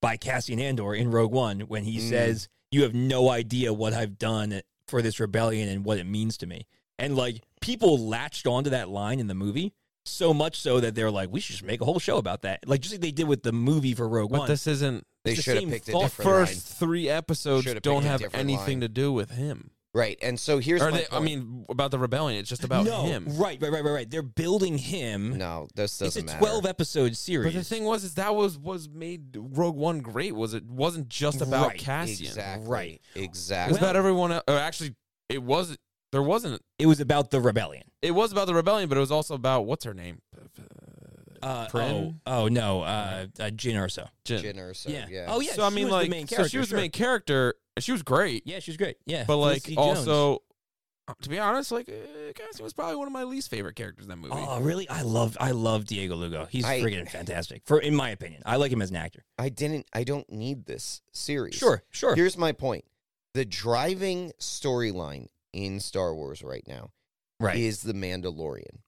Speaker 1: by Cassian Andor in Rogue One when he
Speaker 3: Mm.
Speaker 1: says, "You have no idea what I've done for this rebellion and what it means to me." And like people latched onto that line in the movie so much so that they're like, we should just make a whole show about that. Like just like they did with the movie for Rogue
Speaker 2: But
Speaker 1: One.
Speaker 2: this isn't.
Speaker 3: They
Speaker 1: the
Speaker 3: should have
Speaker 1: same
Speaker 3: picked a
Speaker 1: thought
Speaker 2: The
Speaker 3: different
Speaker 2: first
Speaker 3: line.
Speaker 2: three episodes
Speaker 3: Should've
Speaker 2: don't
Speaker 3: picked a
Speaker 2: have
Speaker 3: different
Speaker 2: anything
Speaker 3: line.
Speaker 2: to do with him.
Speaker 3: Right. And so here's
Speaker 2: Or
Speaker 3: my
Speaker 2: they, I
Speaker 3: point.
Speaker 2: mean, about the rebellion. It's just about
Speaker 1: no,
Speaker 2: him.
Speaker 1: Right, right, right, right, right. They're building him.
Speaker 3: no, this
Speaker 1: it's
Speaker 3: doesn't
Speaker 1: a
Speaker 3: matter.
Speaker 1: twelve episode series.
Speaker 2: But the thing was, is that was was made Rogue One great. Was it wasn't just about
Speaker 1: Right,
Speaker 2: Cassian?
Speaker 3: Exactly.
Speaker 1: Right.
Speaker 2: It
Speaker 3: Exactly.
Speaker 2: was about everyone. el- Or actually, it wasn't. There wasn't.
Speaker 1: it was about the rebellion.
Speaker 2: It was about the rebellion, but it was also about what's her name,
Speaker 1: Uh, oh,
Speaker 2: Prin?
Speaker 1: oh no, uh, uh, Jin Erso.
Speaker 2: Jin.
Speaker 3: Jin Erso,
Speaker 1: Yeah.
Speaker 3: yeah.
Speaker 1: Oh yeah.
Speaker 2: so I
Speaker 1: she
Speaker 2: mean,
Speaker 1: was
Speaker 2: like,
Speaker 1: the main
Speaker 2: so
Speaker 1: character,
Speaker 2: she was
Speaker 1: sure.
Speaker 2: the main character. and She was great.
Speaker 1: Yeah, she was great. Yeah,
Speaker 2: But like
Speaker 1: Felicity Jones.
Speaker 2: also, to be honest, like uh, Cassian was probably one of my least favorite characters in that movie.
Speaker 1: Oh really? I love I love Diego Lugo. He's
Speaker 3: I-
Speaker 1: friggin' fantastic. For in my opinion, I like him as an actor.
Speaker 3: I didn't I don't need this series.
Speaker 1: Sure, sure.
Speaker 3: Here's my point. The driving storyline in Star Wars right now
Speaker 1: right.
Speaker 3: is the Mandalorian.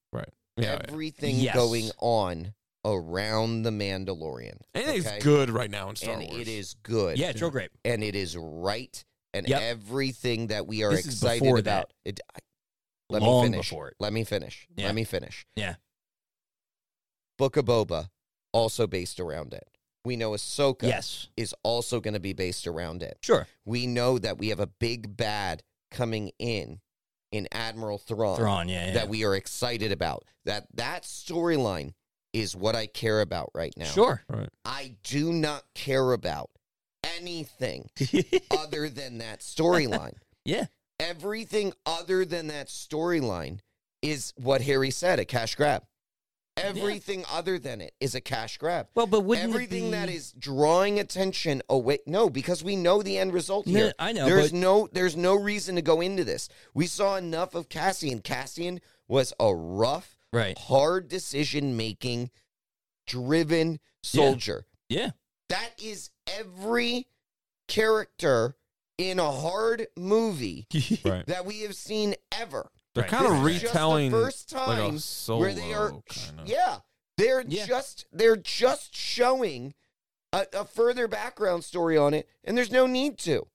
Speaker 2: yeah,
Speaker 3: Everything
Speaker 1: Yes.
Speaker 3: going on around the Mandalorian.
Speaker 2: anything's
Speaker 3: okay?
Speaker 2: good right now in Star
Speaker 3: and
Speaker 2: Wars.
Speaker 3: it is good.
Speaker 1: yeah, it's real great.
Speaker 3: And it is right. And
Speaker 1: Yep.
Speaker 3: everything that we are
Speaker 1: This is
Speaker 3: excited
Speaker 1: before
Speaker 3: about. It, I- let
Speaker 1: Long
Speaker 3: me finish.
Speaker 1: before it.
Speaker 3: Let me finish.
Speaker 1: Yeah.
Speaker 3: Let me finish.
Speaker 1: Yeah.
Speaker 3: Book of Boba, also based around it. We know Ahsoka
Speaker 1: Yes.
Speaker 3: is also going to be based around it.
Speaker 1: Sure.
Speaker 3: We know that we have a big bad coming in in Admiral Thrawn,
Speaker 1: Thrawn, yeah, yeah.
Speaker 3: Uh, that we are excited about. That that storyline is what I care about right now.
Speaker 1: Sure.
Speaker 3: I do not care about anything other than that storyline.
Speaker 1: Yeah.
Speaker 3: Everything other than that storyline is what Harry said, a cash grab. Everything other than it is a cash grab.
Speaker 1: Well, but wouldn't it
Speaker 3: Everything that
Speaker 1: be-
Speaker 3: is drawing attention away. No, because we know the end result
Speaker 1: No,
Speaker 3: here.
Speaker 1: I know,
Speaker 3: There's
Speaker 1: but-
Speaker 3: no there's no reason to go into this. We saw enough of Cassian. Cassian was a rough,
Speaker 1: right?
Speaker 3: hard decision making, driven soldier.
Speaker 1: Yeah,
Speaker 3: That is every character in a hard movie
Speaker 2: right.
Speaker 3: that we have seen ever.
Speaker 2: They're
Speaker 1: Right.
Speaker 2: kind of
Speaker 1: This is
Speaker 3: Just the
Speaker 2: retelling
Speaker 3: first
Speaker 2: like
Speaker 3: time
Speaker 2: a solo
Speaker 3: where they are
Speaker 2: kind of.
Speaker 3: yeah they're
Speaker 1: Yeah.
Speaker 3: just they're just showing a, a further background story on it and there's no need to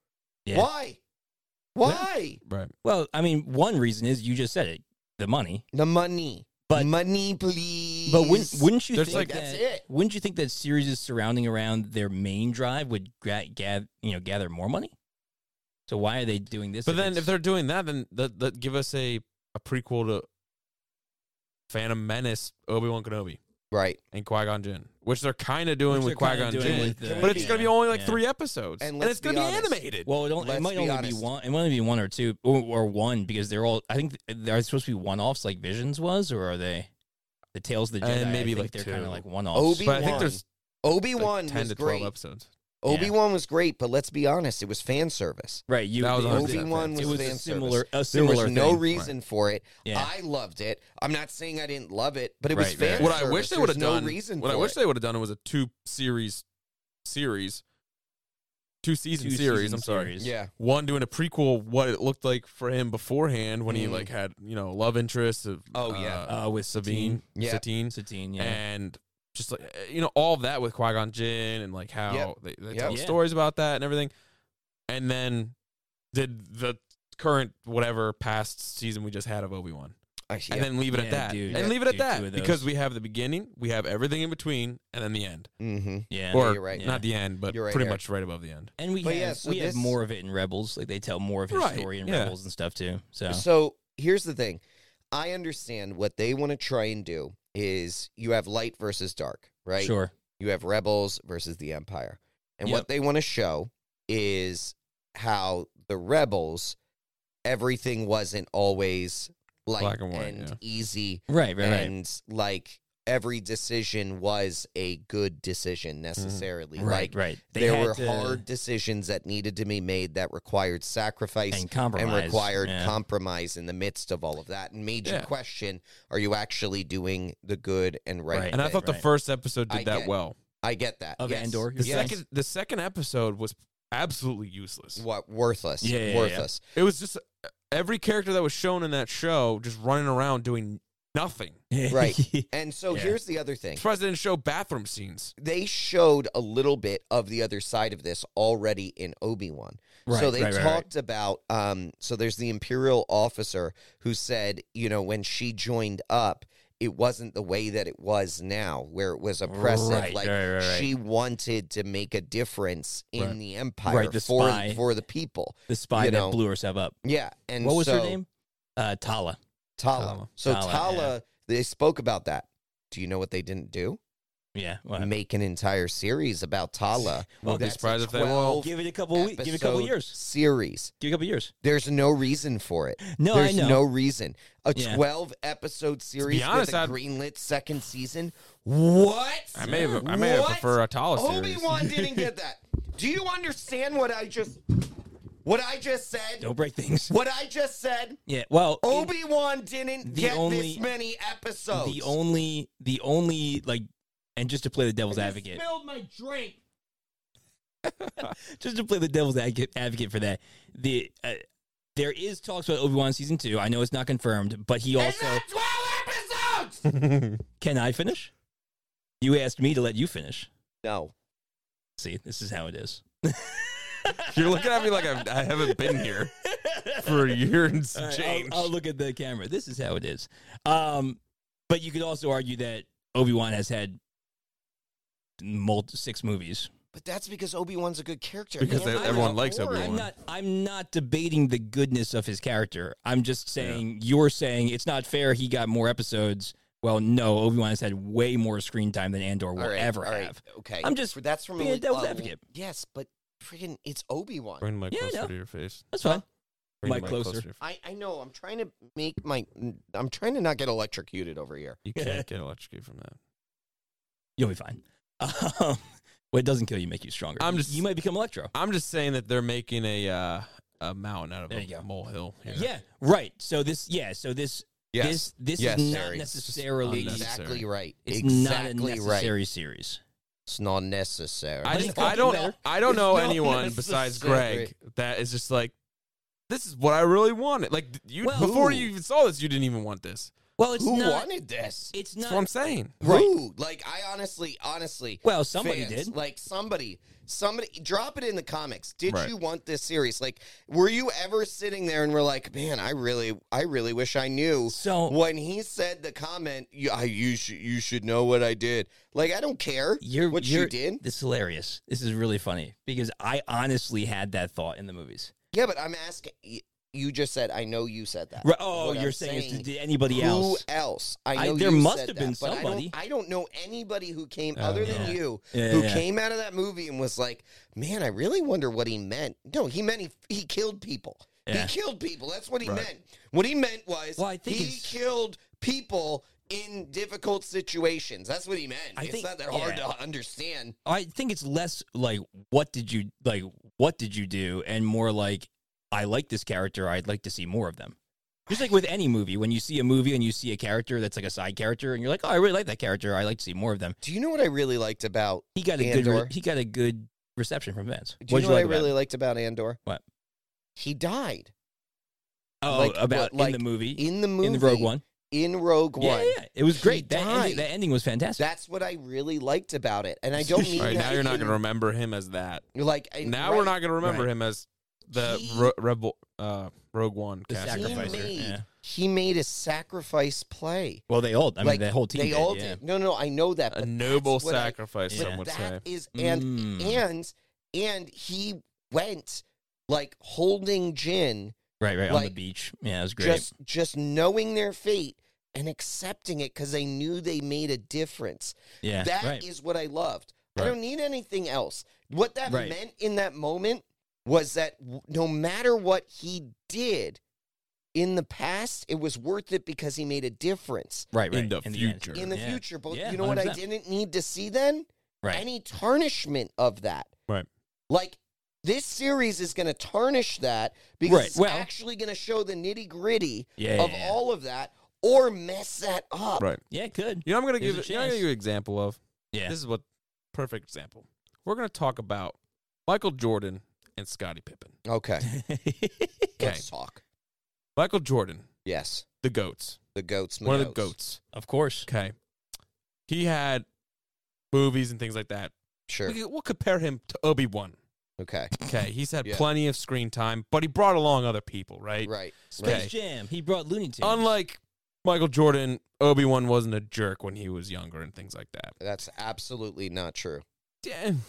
Speaker 1: Yeah.
Speaker 3: why why
Speaker 2: Right.
Speaker 1: Well, I mean, one reason is you just said it, the money.
Speaker 3: the money
Speaker 1: But-
Speaker 3: money please
Speaker 1: But wouldn't, wouldn't you
Speaker 2: There's
Speaker 1: think
Speaker 2: like-
Speaker 1: that,
Speaker 3: That's it.
Speaker 1: Wouldn't you think that series surrounding around their main drive would gra- gather, you know, gather more money? So why are they doing this?
Speaker 2: But then if
Speaker 1: it's-
Speaker 2: they're doing that, then that, that give us a, a prequel to Phantom Menace, Obi Wan Kenobi,
Speaker 3: right
Speaker 2: and Qui Gon Jinn, which they're kind of doing
Speaker 1: Which
Speaker 2: with
Speaker 1: they're
Speaker 2: Qui
Speaker 1: kinda
Speaker 2: Gon
Speaker 1: doing
Speaker 2: Jinn,
Speaker 1: with the-
Speaker 2: but it's gonna be
Speaker 1: yeah,
Speaker 2: only like
Speaker 1: yeah.
Speaker 2: three episodes,
Speaker 3: And
Speaker 2: and,
Speaker 3: let's
Speaker 2: it's gonna
Speaker 3: be
Speaker 2: be,
Speaker 3: honest.
Speaker 2: animated.
Speaker 1: well, it, don't, it
Speaker 3: Let's
Speaker 1: might
Speaker 3: be
Speaker 1: only
Speaker 3: honest.
Speaker 1: be one. It might only be one or two, or, or one because they're all. I think they're supposed to be one offs like Visions was, or are they the Tales of the Jedi?
Speaker 2: And
Speaker 1: I
Speaker 2: Uh, maybe
Speaker 1: think
Speaker 2: like
Speaker 1: they're
Speaker 2: two.
Speaker 1: kind of like one offs.
Speaker 3: Obi-
Speaker 2: but I think
Speaker 3: Obi-Wan
Speaker 2: there's
Speaker 3: obi-wan
Speaker 2: like ten
Speaker 3: was
Speaker 2: to
Speaker 3: great
Speaker 2: twelve episodes.
Speaker 3: Obi Wan was great, but let's be honest, it was fan service.
Speaker 1: Right, you
Speaker 2: That was
Speaker 1: it different.
Speaker 2: Obi-Wan
Speaker 3: was
Speaker 1: it was a
Speaker 3: fan
Speaker 1: similar a
Speaker 3: There
Speaker 1: similar
Speaker 3: was no
Speaker 1: thing.
Speaker 3: reason for it.
Speaker 1: Yeah.
Speaker 3: I loved it. I'm not saying I didn't love it, but it was
Speaker 2: Right,
Speaker 3: fan
Speaker 2: right.
Speaker 3: service.
Speaker 2: What I wish they would have
Speaker 3: There's no
Speaker 2: done.
Speaker 3: Reason
Speaker 2: what I
Speaker 3: for
Speaker 2: wish
Speaker 3: it.
Speaker 2: they would have done was a two series series, two season
Speaker 1: Two
Speaker 2: series.
Speaker 1: season
Speaker 2: I'm sorry.
Speaker 1: series.
Speaker 3: Yeah,
Speaker 2: One doing a prequel, of what it looked like for him beforehand when he
Speaker 3: Mm.
Speaker 2: like had you know love interest of
Speaker 3: Oh, yeah.
Speaker 2: uh,
Speaker 1: Uh, with
Speaker 2: Sabine
Speaker 3: Yeah.
Speaker 2: Satine
Speaker 1: Satine, yeah.
Speaker 2: and just like uh, you know all of that with Qui Gon Jinn and like how
Speaker 3: Yep.
Speaker 2: they, they
Speaker 3: Yep.
Speaker 2: tell
Speaker 1: Yeah.
Speaker 2: stories about that and everything, and then did the current whatever past season we just had of Obi Wan
Speaker 3: Actually,
Speaker 2: and
Speaker 3: yeah.
Speaker 2: then leave it
Speaker 1: Yeah,
Speaker 2: at that.
Speaker 1: dude.
Speaker 2: and
Speaker 1: Yeah.
Speaker 2: leave it at
Speaker 1: Do two of
Speaker 2: that
Speaker 1: those.
Speaker 2: because we have the beginning, we have everything in between, and then the end.
Speaker 3: Mm-hmm.
Speaker 1: yeah.
Speaker 2: or
Speaker 3: you're right.
Speaker 1: Yeah.
Speaker 2: not the end, but
Speaker 3: You're right,
Speaker 2: pretty
Speaker 3: Eric.
Speaker 2: much right above the end.
Speaker 1: and we
Speaker 3: But
Speaker 1: have,
Speaker 3: yeah, so
Speaker 1: we
Speaker 3: this-
Speaker 1: have more of it in Rebels. Like they tell more of his
Speaker 2: Right,
Speaker 1: story in
Speaker 2: yeah.
Speaker 1: Rebels and stuff too. So
Speaker 3: So here's the thing. I understand what they want to try and do is you have light versus dark, right?
Speaker 1: sure,
Speaker 3: You have rebels versus the empire. And what
Speaker 1: Yep.
Speaker 3: they want to show is how the rebels everything wasn't always light
Speaker 2: Black and white, yeah.
Speaker 3: easy
Speaker 1: right, right, right.
Speaker 3: and like every decision was a good decision necessarily.
Speaker 1: Right,
Speaker 3: Like
Speaker 1: right. They
Speaker 3: there
Speaker 1: had
Speaker 3: were
Speaker 1: to-
Speaker 3: hard decisions that needed to be made that required sacrifice
Speaker 1: and compromise
Speaker 3: and required
Speaker 1: yeah.
Speaker 3: compromise in the midst of all of that and made
Speaker 2: Yeah.
Speaker 3: you question are you actually doing the good and right,
Speaker 1: Right.
Speaker 2: And I
Speaker 3: thing?
Speaker 2: thought the
Speaker 1: right.
Speaker 2: first episode did
Speaker 3: I
Speaker 2: that
Speaker 3: get-
Speaker 2: well.
Speaker 3: I get that
Speaker 1: Of
Speaker 3: yes.
Speaker 1: Andor,
Speaker 2: The
Speaker 1: you're Yes.
Speaker 2: second the second episode was absolutely useless.
Speaker 3: what worthless
Speaker 1: Yeah, yeah, yeah.
Speaker 3: worthless
Speaker 2: It was just eh, every character that was shown in that show just running around doing nothing.
Speaker 3: Right. and so
Speaker 1: Yeah.
Speaker 3: here's the other thing
Speaker 2: I'm surprised they didn't show bathroom scenes.
Speaker 3: they showed a little bit of the other side of this already in Obi-Wan
Speaker 1: Right,
Speaker 3: so they
Speaker 1: right, right, right.
Speaker 3: talked about um so there's the imperial officer who said you know when she joined up it wasn't the way that it was now where it was oppressive
Speaker 1: Right,
Speaker 3: like
Speaker 1: right, right, right.
Speaker 3: she wanted to make a difference in
Speaker 2: Right.
Speaker 3: the empire
Speaker 1: Right, the
Speaker 3: for
Speaker 1: spy.
Speaker 3: for the people
Speaker 1: the spy
Speaker 3: you
Speaker 1: that
Speaker 3: know.
Speaker 1: blew herself up.
Speaker 3: yeah and
Speaker 1: what was her
Speaker 3: so-
Speaker 1: name? Uh, Tala.
Speaker 3: Tala.
Speaker 2: Tala.
Speaker 3: so
Speaker 1: Tala,
Speaker 3: Tala,
Speaker 1: yeah.
Speaker 3: they spoke about that do you know what they didn't do
Speaker 1: Yeah. Well,
Speaker 3: make an entire series about Tala
Speaker 1: Well,
Speaker 2: be
Speaker 3: That's a
Speaker 2: surprised if they will.
Speaker 3: 12
Speaker 1: give it a couple weeks. Give it a couple
Speaker 3: episode
Speaker 1: years.
Speaker 3: series
Speaker 1: Give it a couple years.
Speaker 3: There's no reason for it.
Speaker 1: No,
Speaker 3: There's
Speaker 1: I know.
Speaker 3: no reason. A
Speaker 1: Yeah.
Speaker 3: 12 episode series
Speaker 2: honest,
Speaker 3: with a
Speaker 2: I'd-
Speaker 3: greenlit second season. What?
Speaker 2: I may have, I may have
Speaker 3: What?
Speaker 2: prefer a taller
Speaker 3: Obi
Speaker 2: series.
Speaker 3: Wan didn't get that. Do you understand what I just what I just said?
Speaker 1: Don't break things.
Speaker 3: What I just said?
Speaker 1: Yeah. Well, it-
Speaker 3: Obi Wan didn't
Speaker 1: The
Speaker 3: get
Speaker 1: only-
Speaker 3: this many episodes.
Speaker 1: the only, the only like, and just to play the devil's
Speaker 3: I
Speaker 1: advocate,
Speaker 3: Spilled my drink.
Speaker 1: just to play the devil's advocate, advocate for that, the uh, there is talks about Obi Wan season two. I know it's not confirmed, but he
Speaker 3: It's
Speaker 1: also
Speaker 3: not 12 episodes.
Speaker 1: can I finish? You asked me to let you finish.
Speaker 3: No.
Speaker 1: See, this is how it is.
Speaker 2: You're looking at me like I've, I haven't been here for a year and
Speaker 1: All
Speaker 2: some
Speaker 1: right,
Speaker 2: change.
Speaker 1: I'll, I'll look at the camera. This is how it is. Um, but you could also argue that Obi Wan has had multi- six movies.
Speaker 3: But that's because Obi Wan's a good character.
Speaker 2: Because
Speaker 3: Man,
Speaker 2: they-
Speaker 3: I'm
Speaker 2: everyone
Speaker 3: not
Speaker 2: likes
Speaker 3: bored.
Speaker 2: Obi-Wan.
Speaker 1: I'm not. I'm not debating the goodness of his character. I'm just saying you're saying it's not fair. He got more episodes. Well, no, Obi Wan has had way more screen time than Andor will
Speaker 3: All right,
Speaker 1: ever
Speaker 3: all right,
Speaker 1: have.
Speaker 3: Okay,
Speaker 1: I'm just
Speaker 3: For- that's from
Speaker 1: being a
Speaker 3: le-
Speaker 1: devil's advocate.
Speaker 3: Yes, but freaking, it's Obi Wan.
Speaker 2: Bring my
Speaker 1: Yeah, I
Speaker 2: closer
Speaker 1: know.
Speaker 2: to your face.
Speaker 1: That's fine.
Speaker 2: Bring
Speaker 1: Mic
Speaker 2: the mic
Speaker 1: closer.
Speaker 2: to your face.
Speaker 3: I, I know. I'm trying to make my. I'm trying to not get electrocuted over here.
Speaker 2: You can't get electrocuted from that.
Speaker 1: You'll be fine. Um, what doesn't kill you make you stronger.
Speaker 2: I'm just-
Speaker 1: You might become Electro.
Speaker 2: I'm just saying that they're making a uh, a mountain out of
Speaker 1: There
Speaker 2: a
Speaker 1: you go.
Speaker 2: molehill. Here.
Speaker 1: Yeah. Right. So this. Yeah. So this. This. This
Speaker 3: Yes,
Speaker 1: is not
Speaker 3: Harry. It's just
Speaker 1: necessarily.
Speaker 3: exactly
Speaker 2: Necessary.
Speaker 3: right.
Speaker 1: It's not a
Speaker 3: exactly right.
Speaker 1: necessary series.
Speaker 3: It's not necessary.
Speaker 2: I,
Speaker 1: But
Speaker 2: just,
Speaker 1: it's gotta
Speaker 2: I
Speaker 1: be
Speaker 2: don't
Speaker 1: better.
Speaker 2: I don't
Speaker 3: It's
Speaker 2: know
Speaker 3: not
Speaker 2: anyone besides
Speaker 3: necessary.
Speaker 2: Greg that is just like this is what I really wanted. Like th- you
Speaker 1: Well-
Speaker 2: before you
Speaker 3: Who?
Speaker 2: even saw this, you didn't even want this.
Speaker 1: Well, it's
Speaker 3: Who
Speaker 1: not.
Speaker 3: wanted this?
Speaker 1: It's
Speaker 2: That's
Speaker 1: not.
Speaker 2: what I'm saying.
Speaker 1: Right.
Speaker 3: Who? Like I honestly, honestly.
Speaker 1: Well, somebody
Speaker 3: fans,
Speaker 1: did.
Speaker 3: Like somebody, somebody. Drop it in the comics. Did
Speaker 2: Right.
Speaker 3: you want this series? Like, were you ever sitting there and were like, man, I really, I really wish I knew
Speaker 1: So
Speaker 3: when he said the comment, you, I, you should you should know what I did. Like I don't care
Speaker 1: you're
Speaker 3: what
Speaker 1: you're,
Speaker 3: you did.
Speaker 1: This is hilarious. This is really funny because I honestly had that thought in the movies.
Speaker 3: Yeah, but I'm asking. y- You just said I know you said that.
Speaker 1: Right. Oh,
Speaker 3: What I'm
Speaker 1: you're saying,
Speaker 3: saying,
Speaker 1: is did anybody
Speaker 3: Who
Speaker 1: else?
Speaker 3: else? I
Speaker 1: I-
Speaker 3: know
Speaker 1: there
Speaker 3: you
Speaker 1: must
Speaker 3: said
Speaker 1: have been
Speaker 3: that, but I don't-
Speaker 1: somebody.
Speaker 3: I don't, know anybody who came
Speaker 2: Oh,
Speaker 3: other
Speaker 1: yeah.
Speaker 3: than you
Speaker 1: Yeah,
Speaker 3: who
Speaker 1: yeah.
Speaker 3: came out of that movie and was like, "Man, I really wonder what he meant." No, he meant he he killed people.
Speaker 1: Yeah.
Speaker 3: He killed people. That's what he
Speaker 2: Right.
Speaker 3: meant. What he meant was
Speaker 1: Well, I think
Speaker 3: he
Speaker 1: it's-
Speaker 3: killed people in difficult situations. That's what he meant.
Speaker 1: I
Speaker 3: it's
Speaker 1: think-
Speaker 3: not that hard
Speaker 1: yeah.
Speaker 3: to understand.
Speaker 1: I think it's less like what did you like what did you do and more like I like this character, I'd like to see more of them. Just like with any movie, when you see a movie and you see a character that's like a side character and you're like, "Oh, I really like that character. I like to see more of them."
Speaker 3: Do you know what I really liked about?
Speaker 1: He got a good
Speaker 3: Andor.
Speaker 1: re- he got a good reception from fans.
Speaker 3: Do you
Speaker 1: What'd
Speaker 3: know what I
Speaker 1: like about
Speaker 3: really
Speaker 1: it?
Speaker 3: liked about Andor?
Speaker 1: What?
Speaker 3: He died
Speaker 1: Oh,
Speaker 3: like,
Speaker 1: about
Speaker 3: what, like,
Speaker 1: in the movie
Speaker 3: in the movie.
Speaker 1: in the Rogue One.
Speaker 3: In Rogue
Speaker 1: Yeah,
Speaker 3: One.
Speaker 1: yeah, yeah. It was
Speaker 3: He
Speaker 1: great. That
Speaker 3: died.
Speaker 1: ending, that ending was fantastic.
Speaker 3: That's what I really liked about it, and I don't mean
Speaker 2: All right,
Speaker 3: that
Speaker 2: now you're not
Speaker 3: in-
Speaker 2: going to remember him as that.
Speaker 3: You're like I-
Speaker 2: Now
Speaker 3: right.
Speaker 2: we're not going to remember him as the
Speaker 3: He-
Speaker 2: ro- rebel uh, Rogue One
Speaker 1: the
Speaker 2: cast. member.
Speaker 1: sacrificer.
Speaker 3: made-
Speaker 1: Yeah.
Speaker 3: He made a sacrifice play.
Speaker 1: Well, they all. I mean,
Speaker 3: Like,
Speaker 1: that whole team.
Speaker 3: they
Speaker 1: did,
Speaker 3: all
Speaker 1: yeah.
Speaker 3: did. No, no, I know that.
Speaker 2: A
Speaker 3: But
Speaker 2: noble
Speaker 3: that's what I-
Speaker 2: sacrifice,
Speaker 1: Yeah.
Speaker 2: some
Speaker 3: but
Speaker 2: would say.
Speaker 3: that is- and
Speaker 1: Mm.
Speaker 3: and and he went like holding gin,
Speaker 1: right, right on the
Speaker 3: like,
Speaker 1: beach. Yeah, it was great.
Speaker 3: just just knowing their fate and accepting it because they knew they made a difference.
Speaker 1: yeah,
Speaker 3: That is
Speaker 1: right.
Speaker 3: what I loved.
Speaker 1: Right.
Speaker 3: I don't need anything else. What that
Speaker 1: Right.
Speaker 3: meant in that moment was that w- no matter what he did in the past, it was worth it because he made a difference.
Speaker 1: right, right.
Speaker 2: in the
Speaker 1: end.
Speaker 2: future.
Speaker 3: In the
Speaker 1: Yeah.
Speaker 3: future, but
Speaker 1: Yeah,
Speaker 3: you know what I
Speaker 1: 100%.
Speaker 3: didn't need to see then?
Speaker 1: Right.
Speaker 3: Any tarnishment of that.
Speaker 2: Right.
Speaker 3: Like this series is going to tarnish that because
Speaker 1: Right,
Speaker 3: it's
Speaker 1: well-
Speaker 3: actually going to show the nitty gritty
Speaker 1: yeah,
Speaker 3: of
Speaker 1: yeah,
Speaker 3: all of that or mess that up.
Speaker 2: Right.
Speaker 1: Yeah, it could.
Speaker 2: You know, I'm going to
Speaker 1: There's
Speaker 2: give
Speaker 1: a
Speaker 2: you know, I'm gonna
Speaker 1: chance.
Speaker 2: give you an example of
Speaker 1: Yeah.
Speaker 2: this is what perfect example. We're going to talk about Michael Jordan and Scottie Pippen.
Speaker 3: Okay.
Speaker 2: Okay.
Speaker 3: Let's talk.
Speaker 2: Michael Jordan,
Speaker 3: Yes.
Speaker 2: the goats,
Speaker 3: The goats.
Speaker 2: one of the
Speaker 3: Minogues.
Speaker 2: goats.
Speaker 1: of course.
Speaker 2: Okay, he had movies and things like that.
Speaker 3: Sure.
Speaker 2: We, could- we'll compare him to Obi Wan.
Speaker 3: Okay.
Speaker 2: Okay, he's had
Speaker 3: Yeah.
Speaker 2: plenty of screen time, but he brought along other people, right?
Speaker 3: Right.
Speaker 1: Space
Speaker 2: Okay.
Speaker 1: Jam. He brought Looney Tunes.
Speaker 2: Unlike Michael Jordan, Obi Wan wasn't a jerk when he was younger and things like that.
Speaker 3: That's absolutely not true.
Speaker 2: Damn.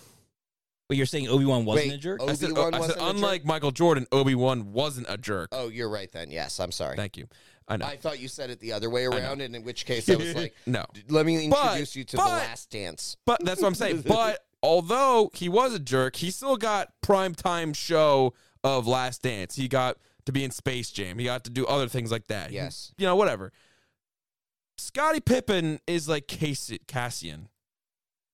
Speaker 1: but you're saying Obi Wan wasn't
Speaker 3: Wait,
Speaker 1: a jerk.
Speaker 3: Obi-
Speaker 2: I said,
Speaker 3: Obi-Wan
Speaker 2: I said
Speaker 3: wasn't a jerk?
Speaker 2: unlike Michael Jordan, Obi Wan wasn't a jerk.
Speaker 3: Oh, you're right then. Yes, I'm sorry.
Speaker 2: Thank you. I know.
Speaker 3: I thought you said it the other way
Speaker 2: know.
Speaker 3: around, and in which case I was like,
Speaker 2: no,
Speaker 3: "D- "Let me
Speaker 2: But-
Speaker 3: introduce you to the
Speaker 2: but-
Speaker 3: Last Dance."
Speaker 2: but that's what I'm saying. But although he was a jerk, he still got prime time show of Last Dance. He got to be in Space Jam. He got to do other things like that. He-
Speaker 3: Yes.
Speaker 2: you know, whatever. Scottie Pippen is like Cassi- Cassian.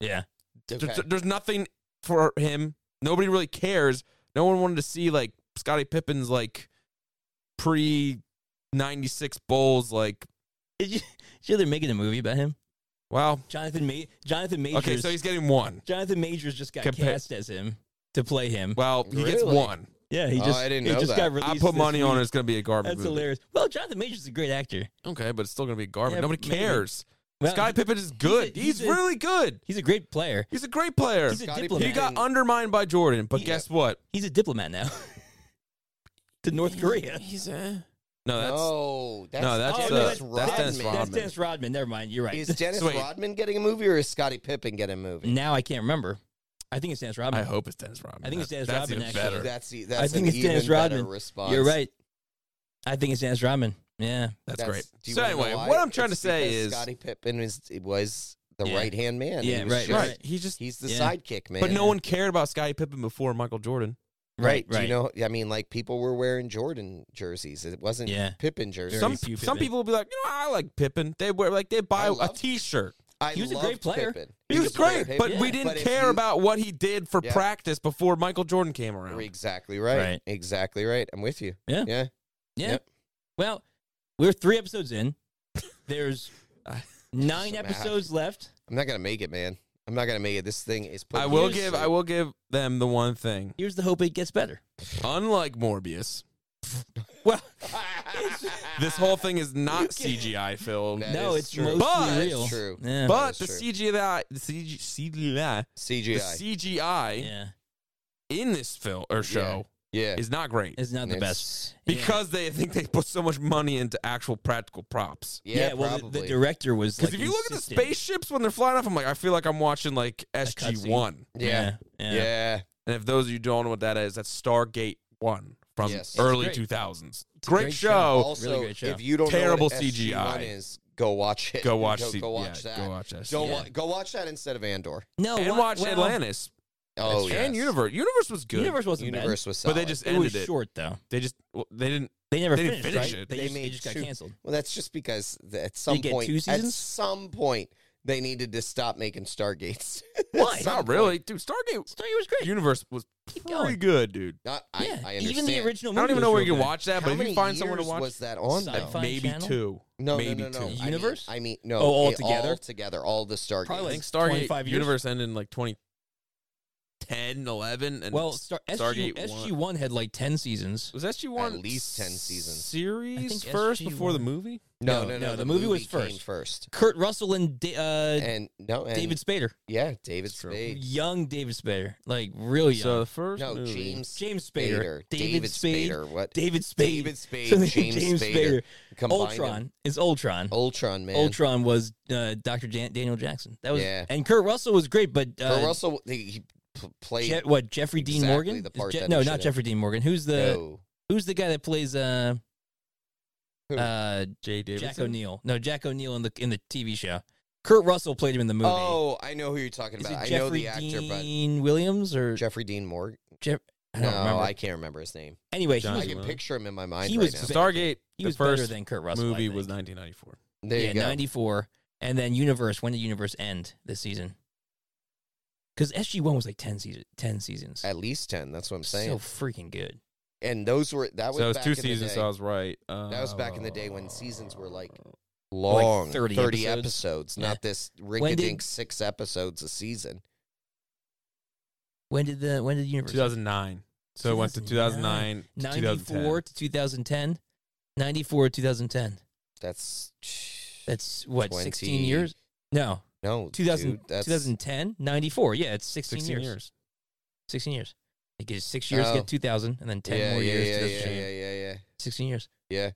Speaker 1: yeah.
Speaker 2: There's-
Speaker 3: Okay.
Speaker 2: There's nothing for him. Nobody really cares. No one wanted to see like Scottie Pippen's like pre '96 Bulls. Like,
Speaker 1: Did you, did you know they're making a movie about him?
Speaker 2: wow.
Speaker 1: Jonathan Ma- Jonathan Majors.
Speaker 2: Okay, so he's getting one.
Speaker 1: Jonathan Majors just got
Speaker 2: Compa-
Speaker 1: cast as him to play him.
Speaker 2: Well, he gets
Speaker 3: Really?
Speaker 2: one.
Speaker 1: Yeah, he
Speaker 3: Oh,
Speaker 1: just.
Speaker 3: I didn't
Speaker 1: he
Speaker 3: know
Speaker 1: just
Speaker 3: that.
Speaker 1: got
Speaker 2: I
Speaker 1: released
Speaker 2: put
Speaker 1: this
Speaker 2: money on
Speaker 1: week.
Speaker 2: it's gonna be a garbage.
Speaker 1: That's
Speaker 2: movie.
Speaker 1: hilarious. Well, Jonathan Majors is a great actor.
Speaker 2: Okay, but it's still gonna be garbage.
Speaker 1: Yeah,
Speaker 2: Nobody
Speaker 1: maybe.
Speaker 2: cares.
Speaker 1: Well,
Speaker 2: Scottie Pippen is good.
Speaker 1: he's
Speaker 2: He's,
Speaker 1: a-
Speaker 2: really good.
Speaker 1: he's a great player.
Speaker 2: He's a great player.
Speaker 1: He's a
Speaker 3: Scottie
Speaker 1: diplomat.
Speaker 2: he got
Speaker 3: Pippen-
Speaker 2: undermined by Jordan, but
Speaker 1: Yeah.
Speaker 2: guess what?
Speaker 1: He's a diplomat now. to North Korea.
Speaker 2: He's a no. That's
Speaker 3: No, that's,
Speaker 1: oh, no,
Speaker 2: No, that's, uh,
Speaker 3: Dennis
Speaker 1: that's,
Speaker 3: Rodman.
Speaker 1: that's,
Speaker 2: Dennis
Speaker 1: that's
Speaker 2: Rodman.
Speaker 1: Dennis Rodman. Never mind. You're right.
Speaker 3: Is Dennis
Speaker 2: Wait.
Speaker 3: Rodman getting a movie, or is Scottie Pippen getting a movie?
Speaker 1: now I can't remember. I think it's Dennis Rodman.
Speaker 2: I hope it's Dennis Rodman.
Speaker 1: I think it's
Speaker 2: That-
Speaker 1: Dennis
Speaker 2: that's
Speaker 1: Rodman,
Speaker 2: even
Speaker 1: actually.
Speaker 2: better.
Speaker 3: That's the, that's
Speaker 1: think
Speaker 3: an
Speaker 1: it's
Speaker 3: even
Speaker 1: Dennis
Speaker 3: better
Speaker 1: Rodman.
Speaker 3: response.
Speaker 1: You're right. I think it's Dennis Rodman. Yeah.
Speaker 2: That's,
Speaker 3: That's-
Speaker 2: great.
Speaker 3: do you
Speaker 2: So
Speaker 3: wanna know
Speaker 2: anyway,
Speaker 3: why?
Speaker 2: what I'm trying to
Speaker 3: It's
Speaker 2: say
Speaker 3: because
Speaker 2: is
Speaker 3: Scottie Pippen is was the
Speaker 1: Yeah.
Speaker 3: right hand man. He
Speaker 1: Yeah,
Speaker 3: was
Speaker 1: right,
Speaker 3: just-
Speaker 2: right. He just
Speaker 3: He's the
Speaker 1: Yeah.
Speaker 3: sidekick man.
Speaker 2: but no one cared about Scottie Pippen before Michael Jordan.
Speaker 1: Right,
Speaker 3: Do
Speaker 1: right.
Speaker 3: you know? I mean, like people were wearing Jordan jerseys. It wasn't
Speaker 1: Yeah.
Speaker 3: Pippen jerseys.
Speaker 2: Some
Speaker 1: few
Speaker 2: some
Speaker 1: Pippen.
Speaker 2: people will be like, you know, I like Pippen. They wear like they
Speaker 3: I
Speaker 2: buy a
Speaker 3: love-
Speaker 2: T-shirt.
Speaker 3: I
Speaker 1: He was a
Speaker 3: loved
Speaker 1: great player.
Speaker 3: Pippen.
Speaker 2: He was
Speaker 3: a great
Speaker 2: great,
Speaker 3: player.
Speaker 2: but
Speaker 1: Yeah.
Speaker 2: we didn't
Speaker 3: But if
Speaker 2: care
Speaker 3: you-
Speaker 2: about what he did for
Speaker 3: Yeah.
Speaker 2: practice before Michael Jordan came
Speaker 3: You're
Speaker 2: around.
Speaker 3: Exactly right.
Speaker 1: Right.
Speaker 3: Exactly right. I'm with you.
Speaker 1: Yeah.
Speaker 3: Yeah.
Speaker 1: Yeah.
Speaker 3: Yep.
Speaker 1: Well, we're three episodes in. There's nine
Speaker 3: So mad.
Speaker 1: episodes left.
Speaker 3: I'm not gonna make it, man. I'm not gonna make it. This thing is.
Speaker 2: I
Speaker 3: putting
Speaker 2: will
Speaker 3: me to
Speaker 2: give
Speaker 3: sleep.
Speaker 2: I will give them the one thing.
Speaker 1: Here's the hope it gets better.
Speaker 2: Unlike Morbius,
Speaker 1: Well,
Speaker 2: this whole thing is not CGI filled.
Speaker 3: That
Speaker 1: no,
Speaker 3: is
Speaker 1: it's
Speaker 3: true.
Speaker 1: mostly
Speaker 2: But-
Speaker 1: real.
Speaker 3: That's true.
Speaker 1: Yeah.
Speaker 2: But the
Speaker 3: That is
Speaker 2: CGI, the CG, CGI, the
Speaker 3: CGI.
Speaker 2: CGI
Speaker 1: yeah.
Speaker 2: in this film or show
Speaker 3: yeah.
Speaker 2: is not great
Speaker 1: It's not the
Speaker 3: It's-
Speaker 1: best. Yeah.
Speaker 2: because they think they put so much money into actual practical props.
Speaker 1: Yeah,
Speaker 3: Yeah.
Speaker 1: well, the-
Speaker 3: probably.
Speaker 1: The, director was
Speaker 2: Because
Speaker 1: like
Speaker 2: if you look at the
Speaker 1: insistent.
Speaker 2: spaceships when they're flying off, I'm like, I feel like I'm watching like SG One.
Speaker 3: yeah.
Speaker 1: yeah,
Speaker 3: Yeah.
Speaker 1: yeah,
Speaker 2: And if those of you don't know what that is, that's Stargate One from
Speaker 3: Yes. It's
Speaker 2: early
Speaker 1: great.
Speaker 2: 2000s.
Speaker 1: a
Speaker 2: Great,
Speaker 1: great show.
Speaker 2: show.
Speaker 3: Also,
Speaker 1: really great show.
Speaker 3: if you don't know
Speaker 2: Oh, Terrible
Speaker 3: what SG-1
Speaker 2: CGI.
Speaker 3: is, go watch it.
Speaker 2: Go watch.
Speaker 3: Go,
Speaker 2: C-
Speaker 3: go watch
Speaker 2: yeah,
Speaker 3: that.
Speaker 2: Go watch SG.
Speaker 3: Don't
Speaker 1: Yeah.
Speaker 3: wa- go watch that instead of Andor.
Speaker 1: No,
Speaker 2: And
Speaker 1: what-
Speaker 2: watch
Speaker 1: well,
Speaker 2: Atlantis.
Speaker 3: Oh,
Speaker 1: That's true.
Speaker 3: yes.
Speaker 2: And Universe. Universe was good.
Speaker 1: Universe wasn't
Speaker 3: Universe was
Speaker 2: but
Speaker 3: solid.
Speaker 2: they just
Speaker 1: bad. It was
Speaker 2: ended it.
Speaker 1: short though.
Speaker 2: They just well, they didn't
Speaker 1: They never
Speaker 2: They didn't
Speaker 1: finished,
Speaker 2: finish
Speaker 1: right?
Speaker 2: it.
Speaker 1: They,
Speaker 3: They
Speaker 1: just, they
Speaker 3: made
Speaker 1: just got
Speaker 3: two-
Speaker 1: canceled.
Speaker 3: Well, that's just because th- at some
Speaker 1: get
Speaker 3: point,
Speaker 1: two
Speaker 3: at
Speaker 1: seasons?
Speaker 3: some point, they needed to stop making Stargates.
Speaker 1: Why?
Speaker 2: not really. Dude, Stargate
Speaker 1: Story was great.
Speaker 2: Universe was
Speaker 1: Keep
Speaker 2: pretty
Speaker 1: going.
Speaker 2: good, dude.
Speaker 3: Not,
Speaker 1: yeah,
Speaker 3: I, I
Speaker 1: even
Speaker 3: understand.
Speaker 1: the original.
Speaker 2: I
Speaker 1: Movie
Speaker 2: don't even
Speaker 1: was
Speaker 2: know where
Speaker 1: real
Speaker 2: you can
Speaker 1: good.
Speaker 2: watch that,
Speaker 3: How
Speaker 2: but if
Speaker 3: many
Speaker 2: you find someone to
Speaker 3: years
Speaker 2: watch
Speaker 3: was that on?
Speaker 1: Sci-fi?
Speaker 3: though?
Speaker 1: Find
Speaker 2: maybe
Speaker 1: channel?
Speaker 2: two.
Speaker 3: No,
Speaker 2: maybe
Speaker 3: no, no, no.
Speaker 2: two.
Speaker 3: I mean-
Speaker 1: Universe?
Speaker 3: I mean, no.
Speaker 1: Oh, all
Speaker 3: it-
Speaker 1: together?
Speaker 3: All together. All the Stargates.
Speaker 1: Probably
Speaker 2: I
Speaker 1: like
Speaker 2: think Stargate
Speaker 1: 25 years?
Speaker 2: Universe ended in like 2010, 11, and
Speaker 1: Well, Star- SG,
Speaker 2: Stargate
Speaker 1: SG
Speaker 2: won.
Speaker 1: one had like ten seasons.
Speaker 2: was SG one
Speaker 3: At least 10 seasons.
Speaker 1: I
Speaker 2: series
Speaker 1: think
Speaker 2: first
Speaker 1: SG
Speaker 2: before the
Speaker 1: won.
Speaker 2: movie.
Speaker 3: no,
Speaker 1: no,
Speaker 3: no, no,
Speaker 1: no, the movie was
Speaker 3: came
Speaker 1: first.
Speaker 3: first.
Speaker 1: Kurt Russell and Da- uh,
Speaker 3: And no, and
Speaker 1: David Spader,
Speaker 3: Yeah, David
Speaker 2: It's true.
Speaker 3: Spade.
Speaker 1: young David Spader, like real young.
Speaker 2: So the first
Speaker 3: No,
Speaker 2: movie.
Speaker 3: James
Speaker 1: James Spader, David,
Speaker 3: David
Speaker 1: Spade,
Speaker 3: Spader. What?
Speaker 1: David Spade,
Speaker 3: David Spade.
Speaker 1: So they-
Speaker 3: James, Spader. Combined them.
Speaker 1: Ultron is Ultron.
Speaker 3: Ultron, man.
Speaker 1: Ultron was uh, Doctor Jan- Daniel Jackson. That was
Speaker 3: Yeah.
Speaker 1: and Kurt Russell was great, but uh,
Speaker 3: Kurt Russell, he, he p- played.
Speaker 1: Je- what Jeffrey Dean
Speaker 3: exactly
Speaker 1: Morgan?
Speaker 3: the
Speaker 1: Is
Speaker 3: part
Speaker 1: Je-
Speaker 3: that he
Speaker 1: no,
Speaker 3: should
Speaker 1: not
Speaker 3: have.
Speaker 1: Jeffrey Dean Morgan. Who's the
Speaker 3: no.
Speaker 1: who's the guy that plays uh,
Speaker 3: Who?
Speaker 1: uh,
Speaker 2: J. Davidson.
Speaker 1: Jack O'Neill? No, Jack O'Neill in the in the TV show. Kurt Russell played him in the movie.
Speaker 3: Oh, I know who you're talking
Speaker 1: is it
Speaker 3: about. I
Speaker 1: Jeffrey
Speaker 3: know the actor, but
Speaker 1: Dean Williams or
Speaker 3: Jeffrey Dean Morgan.
Speaker 1: Jeff- I
Speaker 3: no,
Speaker 1: don't remember.
Speaker 3: I can't remember his name.
Speaker 1: anyway, he
Speaker 2: John-
Speaker 1: was,
Speaker 3: I can
Speaker 2: Well.
Speaker 3: picture him in my mind
Speaker 1: He
Speaker 3: right
Speaker 1: was
Speaker 3: now.
Speaker 1: best
Speaker 2: Stargate.
Speaker 1: he
Speaker 2: the
Speaker 1: was better
Speaker 2: first
Speaker 1: than Kurt Russell. I
Speaker 2: movie was
Speaker 1: think.
Speaker 2: 1994.
Speaker 3: there
Speaker 1: yeah,
Speaker 3: you go.
Speaker 1: ninety four, and then Universe. When did Universe end this season? Because SG one was like ten season, ten seasons.
Speaker 3: At least ten. That's what I'm
Speaker 1: so
Speaker 3: saying.
Speaker 1: freaking good.
Speaker 3: and those were that was,
Speaker 2: so it was
Speaker 3: back
Speaker 2: two
Speaker 3: in the
Speaker 2: seasons.
Speaker 3: day.
Speaker 2: So I was right.
Speaker 3: That was back in the day when
Speaker 2: Uh,
Speaker 3: seasons were, like, long
Speaker 1: 30 episodes.
Speaker 3: episodes,
Speaker 1: Yeah.
Speaker 3: not this
Speaker 1: did-
Speaker 3: rinkadink six episodes a season.
Speaker 1: When did the when did Universe?
Speaker 2: 2009. So it went to 2009. to
Speaker 1: 94 to 2010 94 to 2010
Speaker 3: That's
Speaker 1: that's what 16
Speaker 3: 20
Speaker 1: years no
Speaker 3: no
Speaker 1: 2000
Speaker 3: dude, that's,
Speaker 1: 2010 94 yeah it's 16,
Speaker 2: 16
Speaker 1: years.
Speaker 2: years.
Speaker 1: 16 years it gets six years to
Speaker 3: Oh.
Speaker 1: get 2000 and then 10
Speaker 3: yeah,
Speaker 1: more
Speaker 3: yeah,
Speaker 1: years
Speaker 3: Yeah,
Speaker 1: to
Speaker 3: yeah,
Speaker 1: 2000.
Speaker 3: yeah, yeah, yeah.
Speaker 1: 16 years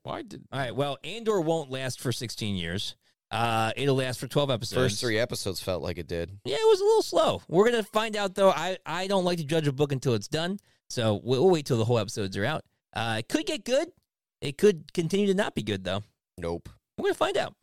Speaker 2: Why did
Speaker 1: all right well andor won't last for 16 years uh it'll last for 12 episodes
Speaker 3: First three episodes felt like it did.
Speaker 1: yeah it was a little slow we're gonna find out though i i don't like to judge a book until it's done so we'll, we'll wait till the whole episodes are out uh it could get good it could continue to not be good though
Speaker 3: Nope.
Speaker 1: we're gonna find out